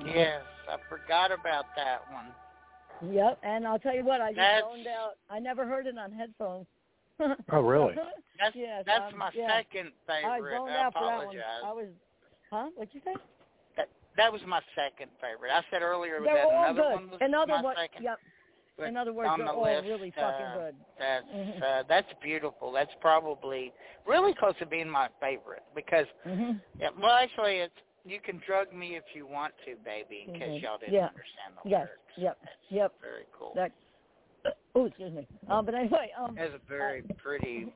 Speaker 4: Yes, I forgot about that one.
Speaker 7: Yep, and I'll tell you what, I just
Speaker 4: That's-
Speaker 7: zoned out. I never heard it on headphones. <laughs>
Speaker 4: <laughs>
Speaker 8: Oh, really?
Speaker 4: That's
Speaker 7: Yes,
Speaker 4: that's
Speaker 7: um,
Speaker 4: my
Speaker 7: yeah.
Speaker 4: second
Speaker 7: I
Speaker 4: favorite.
Speaker 7: zoned
Speaker 4: I
Speaker 7: out for that one.
Speaker 4: apologize.
Speaker 7: I was, huh? What'd you say?
Speaker 4: That, that was my second favorite. I said earlier
Speaker 7: They're
Speaker 4: that
Speaker 7: all
Speaker 4: another
Speaker 7: good.
Speaker 4: one was
Speaker 7: another
Speaker 4: my
Speaker 7: one,
Speaker 4: second.
Speaker 7: yep.
Speaker 4: but
Speaker 7: In other words,
Speaker 4: on
Speaker 7: they're
Speaker 4: the
Speaker 7: all
Speaker 4: list,
Speaker 7: really
Speaker 4: uh,
Speaker 7: fucking good.
Speaker 4: That's
Speaker 7: Mhm.
Speaker 4: uh, that's beautiful. That's probably really close to being my favorite because
Speaker 7: Mhm.
Speaker 4: yeah, well, actually, it's you can drug me if you want to, baby. In case
Speaker 7: Mhm.
Speaker 4: y'all didn't
Speaker 7: Yeah.
Speaker 4: understand the
Speaker 7: Yes.
Speaker 4: lyrics.
Speaker 7: Yep.
Speaker 4: That's
Speaker 7: Yep.
Speaker 4: Very cool.
Speaker 7: That. Oh, excuse me. Um, but anyway, um,
Speaker 4: That's a very pretty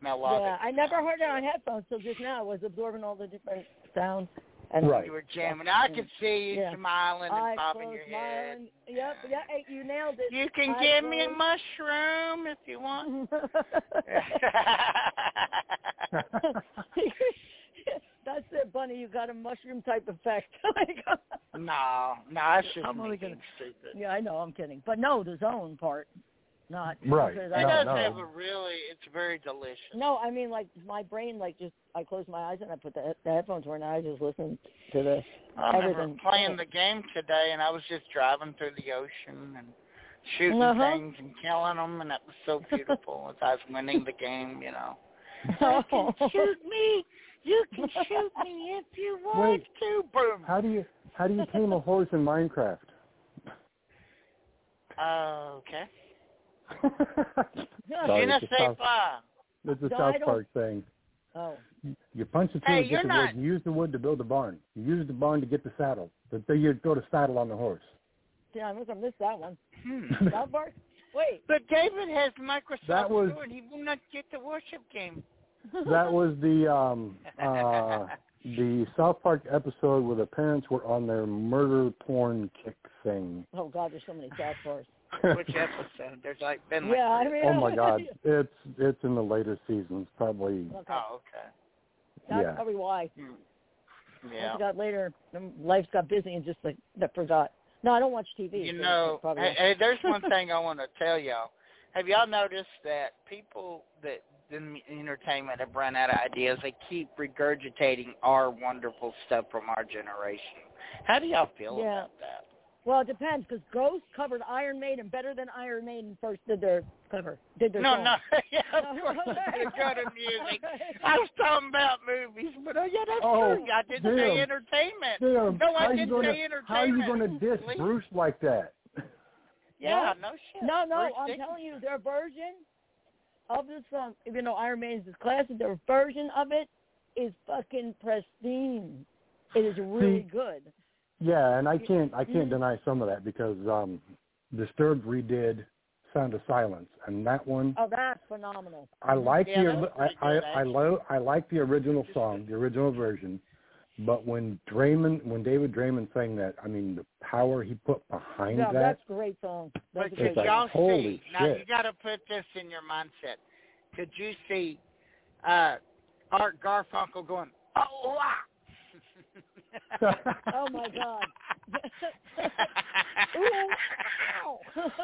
Speaker 4: melodic.
Speaker 7: yeah, I never
Speaker 4: sound
Speaker 7: heard it
Speaker 4: to
Speaker 7: on headphones till just now. I was absorbing all the different sounds. And
Speaker 8: Right.
Speaker 4: You were jamming. I could see you
Speaker 7: Yeah.
Speaker 4: smiling and
Speaker 7: I
Speaker 4: popping
Speaker 7: closed
Speaker 4: your
Speaker 7: my
Speaker 4: head.
Speaker 7: eyes. Yep. Yeah. hey, You nailed it.
Speaker 4: You <laughs> can
Speaker 7: I
Speaker 4: give me a
Speaker 7: closed-
Speaker 4: mushroom if you want.
Speaker 7: <laughs>
Speaker 4: <laughs>
Speaker 7: That's it, Bunny. You got a mushroom type effect. <laughs> Like,
Speaker 4: no, no, I shouldn't
Speaker 7: I'm only
Speaker 4: be
Speaker 7: gonna-
Speaker 4: stupid.
Speaker 7: yeah, I know. I'm kidding. But no, the zone part, not
Speaker 8: Right.
Speaker 7: because
Speaker 4: It
Speaker 7: I-
Speaker 8: No,
Speaker 4: does
Speaker 8: no.
Speaker 4: have a really, it's very delicious.
Speaker 7: No, I mean like my brain like just I closed my eyes and I put the, the headphones on and I just listened to the
Speaker 4: I remember
Speaker 7: everything.
Speaker 4: playing the game today, and I was just driving through the ocean and shooting
Speaker 7: Uh-huh.
Speaker 4: things and killing them, and that was so beautiful as I was winning the game, you know.
Speaker 7: <laughs> Oh.
Speaker 4: me. You can shoot me if you
Speaker 8: want Wait.
Speaker 4: to. Boom.
Speaker 8: How do you how do you tame a horse in Minecraft? <laughs>
Speaker 4: Oh,
Speaker 7: <laughs>
Speaker 4: Okay.
Speaker 8: Sorry,
Speaker 4: Je ne
Speaker 8: it's a
Speaker 4: sais
Speaker 8: South,
Speaker 4: pas.
Speaker 8: it's a
Speaker 7: No, I
Speaker 8: South
Speaker 7: don't-
Speaker 8: Park thing.
Speaker 7: <laughs> Oh,
Speaker 8: You punch the tree
Speaker 4: Hey,
Speaker 8: to
Speaker 4: you're
Speaker 8: get the
Speaker 4: not-
Speaker 8: wood. You use the wood to build the barn. You use the barn to get the saddle. But then you go to saddle on the horse.
Speaker 7: yeah, I must have missed that one.
Speaker 4: Hmm.
Speaker 7: South Park. Wait.
Speaker 4: But David has Microsoft
Speaker 8: That was-
Speaker 4: too, and he will not get the worship game.
Speaker 7: <laughs>
Speaker 8: <laughs> that was the um uh the South Park episode where the parents were on their murder porn kick thing.
Speaker 7: Oh God, there's so many South
Speaker 4: <laughs>
Speaker 7: Parks.
Speaker 4: <laughs> Which episode? There's like been like
Speaker 7: Yeah, I
Speaker 4: three.
Speaker 7: mean.
Speaker 8: <laughs>
Speaker 7: <laughs>
Speaker 8: oh my
Speaker 4: <laughs>
Speaker 8: god. It's it's in the later seasons, probably
Speaker 7: Okay.
Speaker 4: Oh, okay.
Speaker 7: That's
Speaker 8: yeah.
Speaker 7: probably why.
Speaker 4: Hmm.
Speaker 7: I
Speaker 4: Yeah.
Speaker 7: forgot later. um, Life's got busy and just like that forgot. No, I don't watch TV.
Speaker 4: You
Speaker 7: so
Speaker 4: know,
Speaker 7: that's probably
Speaker 4: hey, hey, there's
Speaker 7: <laughs>
Speaker 4: one thing I want to tell y'all. Have y'all noticed that people that in entertainment have run out of ideas? They keep regurgitating our wonderful stuff from our generation. How do y'all feel
Speaker 7: Yeah.
Speaker 4: about that?
Speaker 7: well, it depends because Ghost covered Iron Maiden better than Iron Maiden first did their cover. Did their
Speaker 4: No,
Speaker 7: song.
Speaker 4: no,
Speaker 7: <laughs>
Speaker 4: <laughs> yeah, of course, it's good in music. I was talking about movies, but oh yeah, that's
Speaker 8: Oh,
Speaker 4: true. I didn't say
Speaker 8: damn.
Speaker 4: entertainment.
Speaker 8: Damn,
Speaker 4: No, I
Speaker 8: how you
Speaker 4: didn't
Speaker 8: gonna,
Speaker 4: say entertainment.
Speaker 8: How are you going to diss
Speaker 4: Please.
Speaker 8: Bruce like that?
Speaker 4: Yeah, no shit.
Speaker 7: No, no,
Speaker 4: Bruce
Speaker 7: I'm
Speaker 4: Dickinson.
Speaker 7: telling you, their version of the song, even though Iron Maiden's is classic, their version of it is fucking pristine. It is really
Speaker 8: See,
Speaker 7: good.
Speaker 8: Yeah,
Speaker 4: Mm-hmm.
Speaker 8: and I can't I can't
Speaker 7: Mhm.
Speaker 8: deny some of that because um Disturbed redid Sound of Silence, and that one
Speaker 7: Oh, that's phenomenal.
Speaker 8: I like
Speaker 4: Yeah,
Speaker 8: the
Speaker 4: that was
Speaker 8: I
Speaker 4: pretty
Speaker 8: I,
Speaker 4: good,
Speaker 8: I, lo- I like the original song, the original version. But when Draymond, when David Draymond sang that, I mean, the power he put behind
Speaker 7: yeah,
Speaker 8: that.
Speaker 7: that's <laughs> a great song. That's
Speaker 4: But
Speaker 7: a
Speaker 4: could
Speaker 7: great
Speaker 8: It's like,
Speaker 7: song.
Speaker 4: y'all see?
Speaker 8: holy
Speaker 4: Now you
Speaker 8: shit.
Speaker 4: got to put this in your mindset. Could you see uh Art Garfunkel
Speaker 7: <laughs>
Speaker 4: going? Oh, wow.
Speaker 7: Oh my God. Ow.
Speaker 4: <laughs>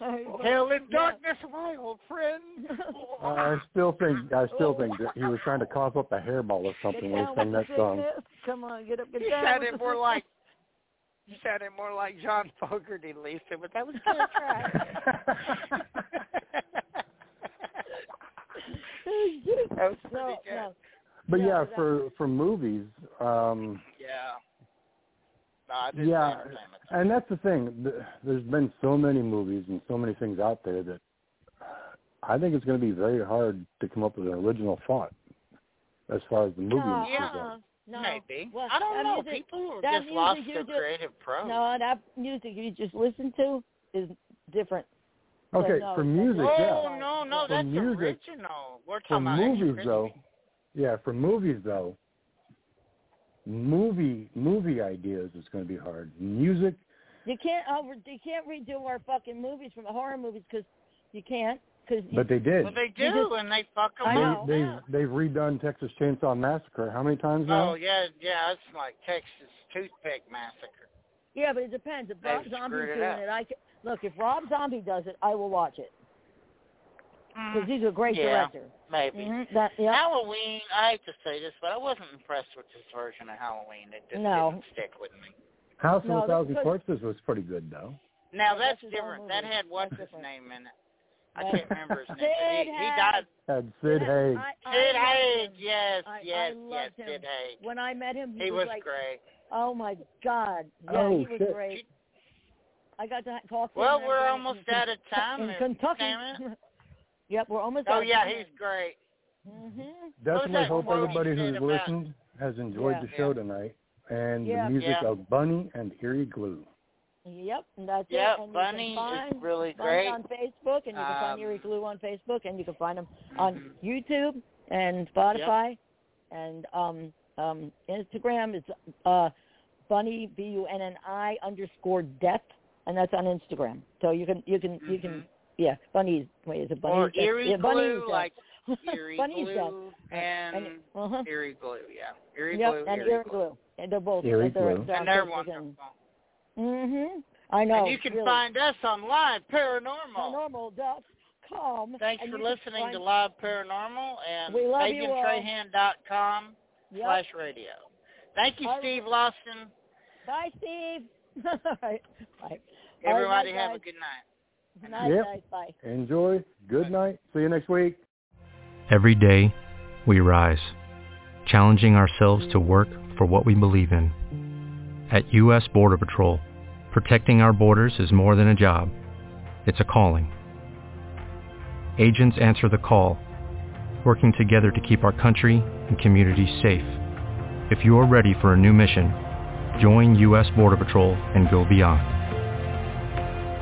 Speaker 7: <laughs>
Speaker 4: Hell in
Speaker 7: Yeah.
Speaker 4: darkness, Oh, my old friend.
Speaker 8: <laughs>
Speaker 7: <laughs>
Speaker 8: I still think I still think that he was trying to cough up a hairball or
Speaker 7: Get
Speaker 8: something when he
Speaker 7: down
Speaker 8: sang
Speaker 7: with
Speaker 8: that
Speaker 7: the
Speaker 8: song.
Speaker 7: sickness. Come on, get up, get
Speaker 4: You
Speaker 7: down.
Speaker 4: sounded
Speaker 7: with
Speaker 4: more
Speaker 7: the-
Speaker 4: like you sounded more like John <laughs> Fogerty,
Speaker 7: <laughs>
Speaker 4: <laughs> Lisa, but that was kind of right.
Speaker 7: <laughs>
Speaker 8: But
Speaker 7: Yeah,
Speaker 8: yeah,
Speaker 7: exactly.
Speaker 8: for for movies, um,
Speaker 4: Yeah. No, I didn't
Speaker 8: Yeah,
Speaker 4: say entertainment.
Speaker 8: and that's the thing. th- There's been so many movies and so many things out there that I think it's going to be very hard to come up with an original thought as far as the movie
Speaker 7: no,
Speaker 8: industry
Speaker 7: uh-uh,
Speaker 8: goes.
Speaker 7: no.
Speaker 4: Maybe.
Speaker 7: Well,
Speaker 4: I don't
Speaker 7: that
Speaker 4: know.
Speaker 7: music-
Speaker 4: People are
Speaker 7: that
Speaker 4: just lost
Speaker 7: music
Speaker 4: their
Speaker 7: you do-
Speaker 4: creative pro.
Speaker 7: No, that music you just listen to is different.
Speaker 8: Okay,
Speaker 7: no,
Speaker 8: for
Speaker 7: it's-
Speaker 8: music, yeah.
Speaker 4: oh no, no,
Speaker 8: For
Speaker 4: that's
Speaker 8: music-
Speaker 4: original. We're
Speaker 8: For
Speaker 4: talking about
Speaker 8: movies,
Speaker 4: extra
Speaker 8: though, yeah, for movies though, movie movie ideas is going to be hard. Music,
Speaker 7: You can't over, you can't redo our fucking movies from the horror movies because you can't because
Speaker 8: but they did.
Speaker 4: Well, they
Speaker 7: You
Speaker 4: do,
Speaker 7: just-
Speaker 4: and they fuck them
Speaker 7: I
Speaker 8: They-
Speaker 7: know.
Speaker 8: They've
Speaker 7: yeah.
Speaker 8: they've redone Texas Chainsaw Massacre how many times now?
Speaker 4: Oh yeah, yeah, it's like Texas toothpick massacre.
Speaker 7: yeah, but it depends. If
Speaker 4: They
Speaker 7: Rob
Speaker 4: screwed
Speaker 7: Zombie's
Speaker 4: it
Speaker 7: doing
Speaker 4: up.
Speaker 7: it, I can, look. If Rob Zombie does it, I will watch it because he's a great
Speaker 4: Yeah.
Speaker 7: director.
Speaker 4: Maybe.
Speaker 7: Mhm, That yeah.
Speaker 4: Halloween. I hate to say this, but I wasn't impressed with this version of Halloween. It just
Speaker 7: No.
Speaker 4: didn't stick with me.
Speaker 8: House
Speaker 7: No,
Speaker 8: of a
Speaker 7: that's
Speaker 8: Thousand
Speaker 7: good.
Speaker 8: Corpses was pretty good though.
Speaker 4: Now that's
Speaker 7: Yeah, that's his own
Speaker 4: different. That
Speaker 7: movie.
Speaker 4: had what's
Speaker 7: That's
Speaker 4: his
Speaker 7: different.
Speaker 4: name in it. I
Speaker 7: That's-
Speaker 4: can't remember
Speaker 7: <laughs>
Speaker 4: his name.
Speaker 7: Sid
Speaker 4: But he, he
Speaker 7: Haig.
Speaker 4: died.
Speaker 8: Had Sid Haig.
Speaker 7: I- I
Speaker 4: Sid
Speaker 7: loved
Speaker 4: Haig.
Speaker 7: him.
Speaker 4: Yes,
Speaker 7: I- I
Speaker 4: yes, yes.
Speaker 7: loved him.
Speaker 4: Sid Haig.
Speaker 7: When I met him, he,
Speaker 4: He was
Speaker 7: like,
Speaker 4: great.
Speaker 7: "Oh my god, yeah,
Speaker 8: Oh,
Speaker 7: he was
Speaker 8: shit.
Speaker 7: great." I got to talk to
Speaker 4: Well,
Speaker 7: him. and
Speaker 4: we're
Speaker 7: everything
Speaker 4: almost
Speaker 7: in,
Speaker 4: out of time.
Speaker 7: in
Speaker 4: there, damn it.
Speaker 7: Kentucky. <laughs> yep, we're almost. out
Speaker 4: Oh
Speaker 7: of
Speaker 4: yeah,
Speaker 7: time.
Speaker 4: he's great.
Speaker 7: Mhm.
Speaker 8: Definitely
Speaker 4: that
Speaker 8: hope
Speaker 4: quote he
Speaker 8: everybody
Speaker 4: said
Speaker 8: who's
Speaker 4: about-
Speaker 8: listened has enjoyed
Speaker 7: Yeah.
Speaker 8: the show tonight and
Speaker 7: Yeah.
Speaker 8: the music
Speaker 4: Yeah.
Speaker 8: of Bunny and Eerie Glue.
Speaker 7: Yep, and that's
Speaker 4: Yep,
Speaker 7: it. And
Speaker 4: Bunny
Speaker 7: you
Speaker 4: is
Speaker 7: can find
Speaker 4: really
Speaker 7: Bunny
Speaker 4: great.
Speaker 7: on Facebook, and you can
Speaker 4: Um,
Speaker 7: find Erie Glue on Facebook, and you can find them on YouTube and Spotify, and um, um, Instagram. It's uh, Bunny B U N N I underscore death, and that's on Instagram. So you can you can you can
Speaker 4: Mhm.
Speaker 7: yeah, Bunny's wait is it Bunny?
Speaker 4: Mm-hmm. or
Speaker 7: is death?
Speaker 4: eerie
Speaker 7: yeah, Bunny is
Speaker 4: glue,
Speaker 7: death. <laughs>
Speaker 4: like eerie
Speaker 7: Bunny is death.
Speaker 4: glue and,
Speaker 7: And, uh-huh.
Speaker 4: eerie glue. Yeah, eerie
Speaker 7: yep,
Speaker 4: glue,
Speaker 7: and
Speaker 4: eerie glue.
Speaker 7: glue. And they're both
Speaker 8: Eerie
Speaker 7: they're,
Speaker 8: Glue.
Speaker 7: They're
Speaker 4: And they're
Speaker 7: one.
Speaker 4: wonderful.
Speaker 7: Mhm. I know.
Speaker 4: and you can
Speaker 7: really.
Speaker 4: find us on Live Paranormal.
Speaker 7: paranormal.com.
Speaker 4: Thanks
Speaker 7: and
Speaker 4: for
Speaker 7: you can
Speaker 4: listening
Speaker 7: find-
Speaker 4: to Live Paranormal and
Speaker 7: We love you all.
Speaker 4: FabianTrahan.com
Speaker 7: Yep.
Speaker 4: slash radio. Thank you,
Speaker 7: All right.
Speaker 4: Steve Lawson.
Speaker 7: Bye, Steve. <laughs> All right. Bye.
Speaker 4: Everybody
Speaker 7: bye,
Speaker 4: have a
Speaker 7: guys.
Speaker 4: good night.
Speaker 7: Good night,
Speaker 8: Yep.
Speaker 7: guys. Bye.
Speaker 8: Enjoy. Good night. See you next week.
Speaker 6: Every day, we rise, challenging ourselves to work for what we believe in. At U.S. Border Patrol, protecting our borders is more than a job. It's a calling. Agents answer the call, working together to keep our country and communities safe. If you are ready for a new mission, join U.S. Border Patrol and go beyond.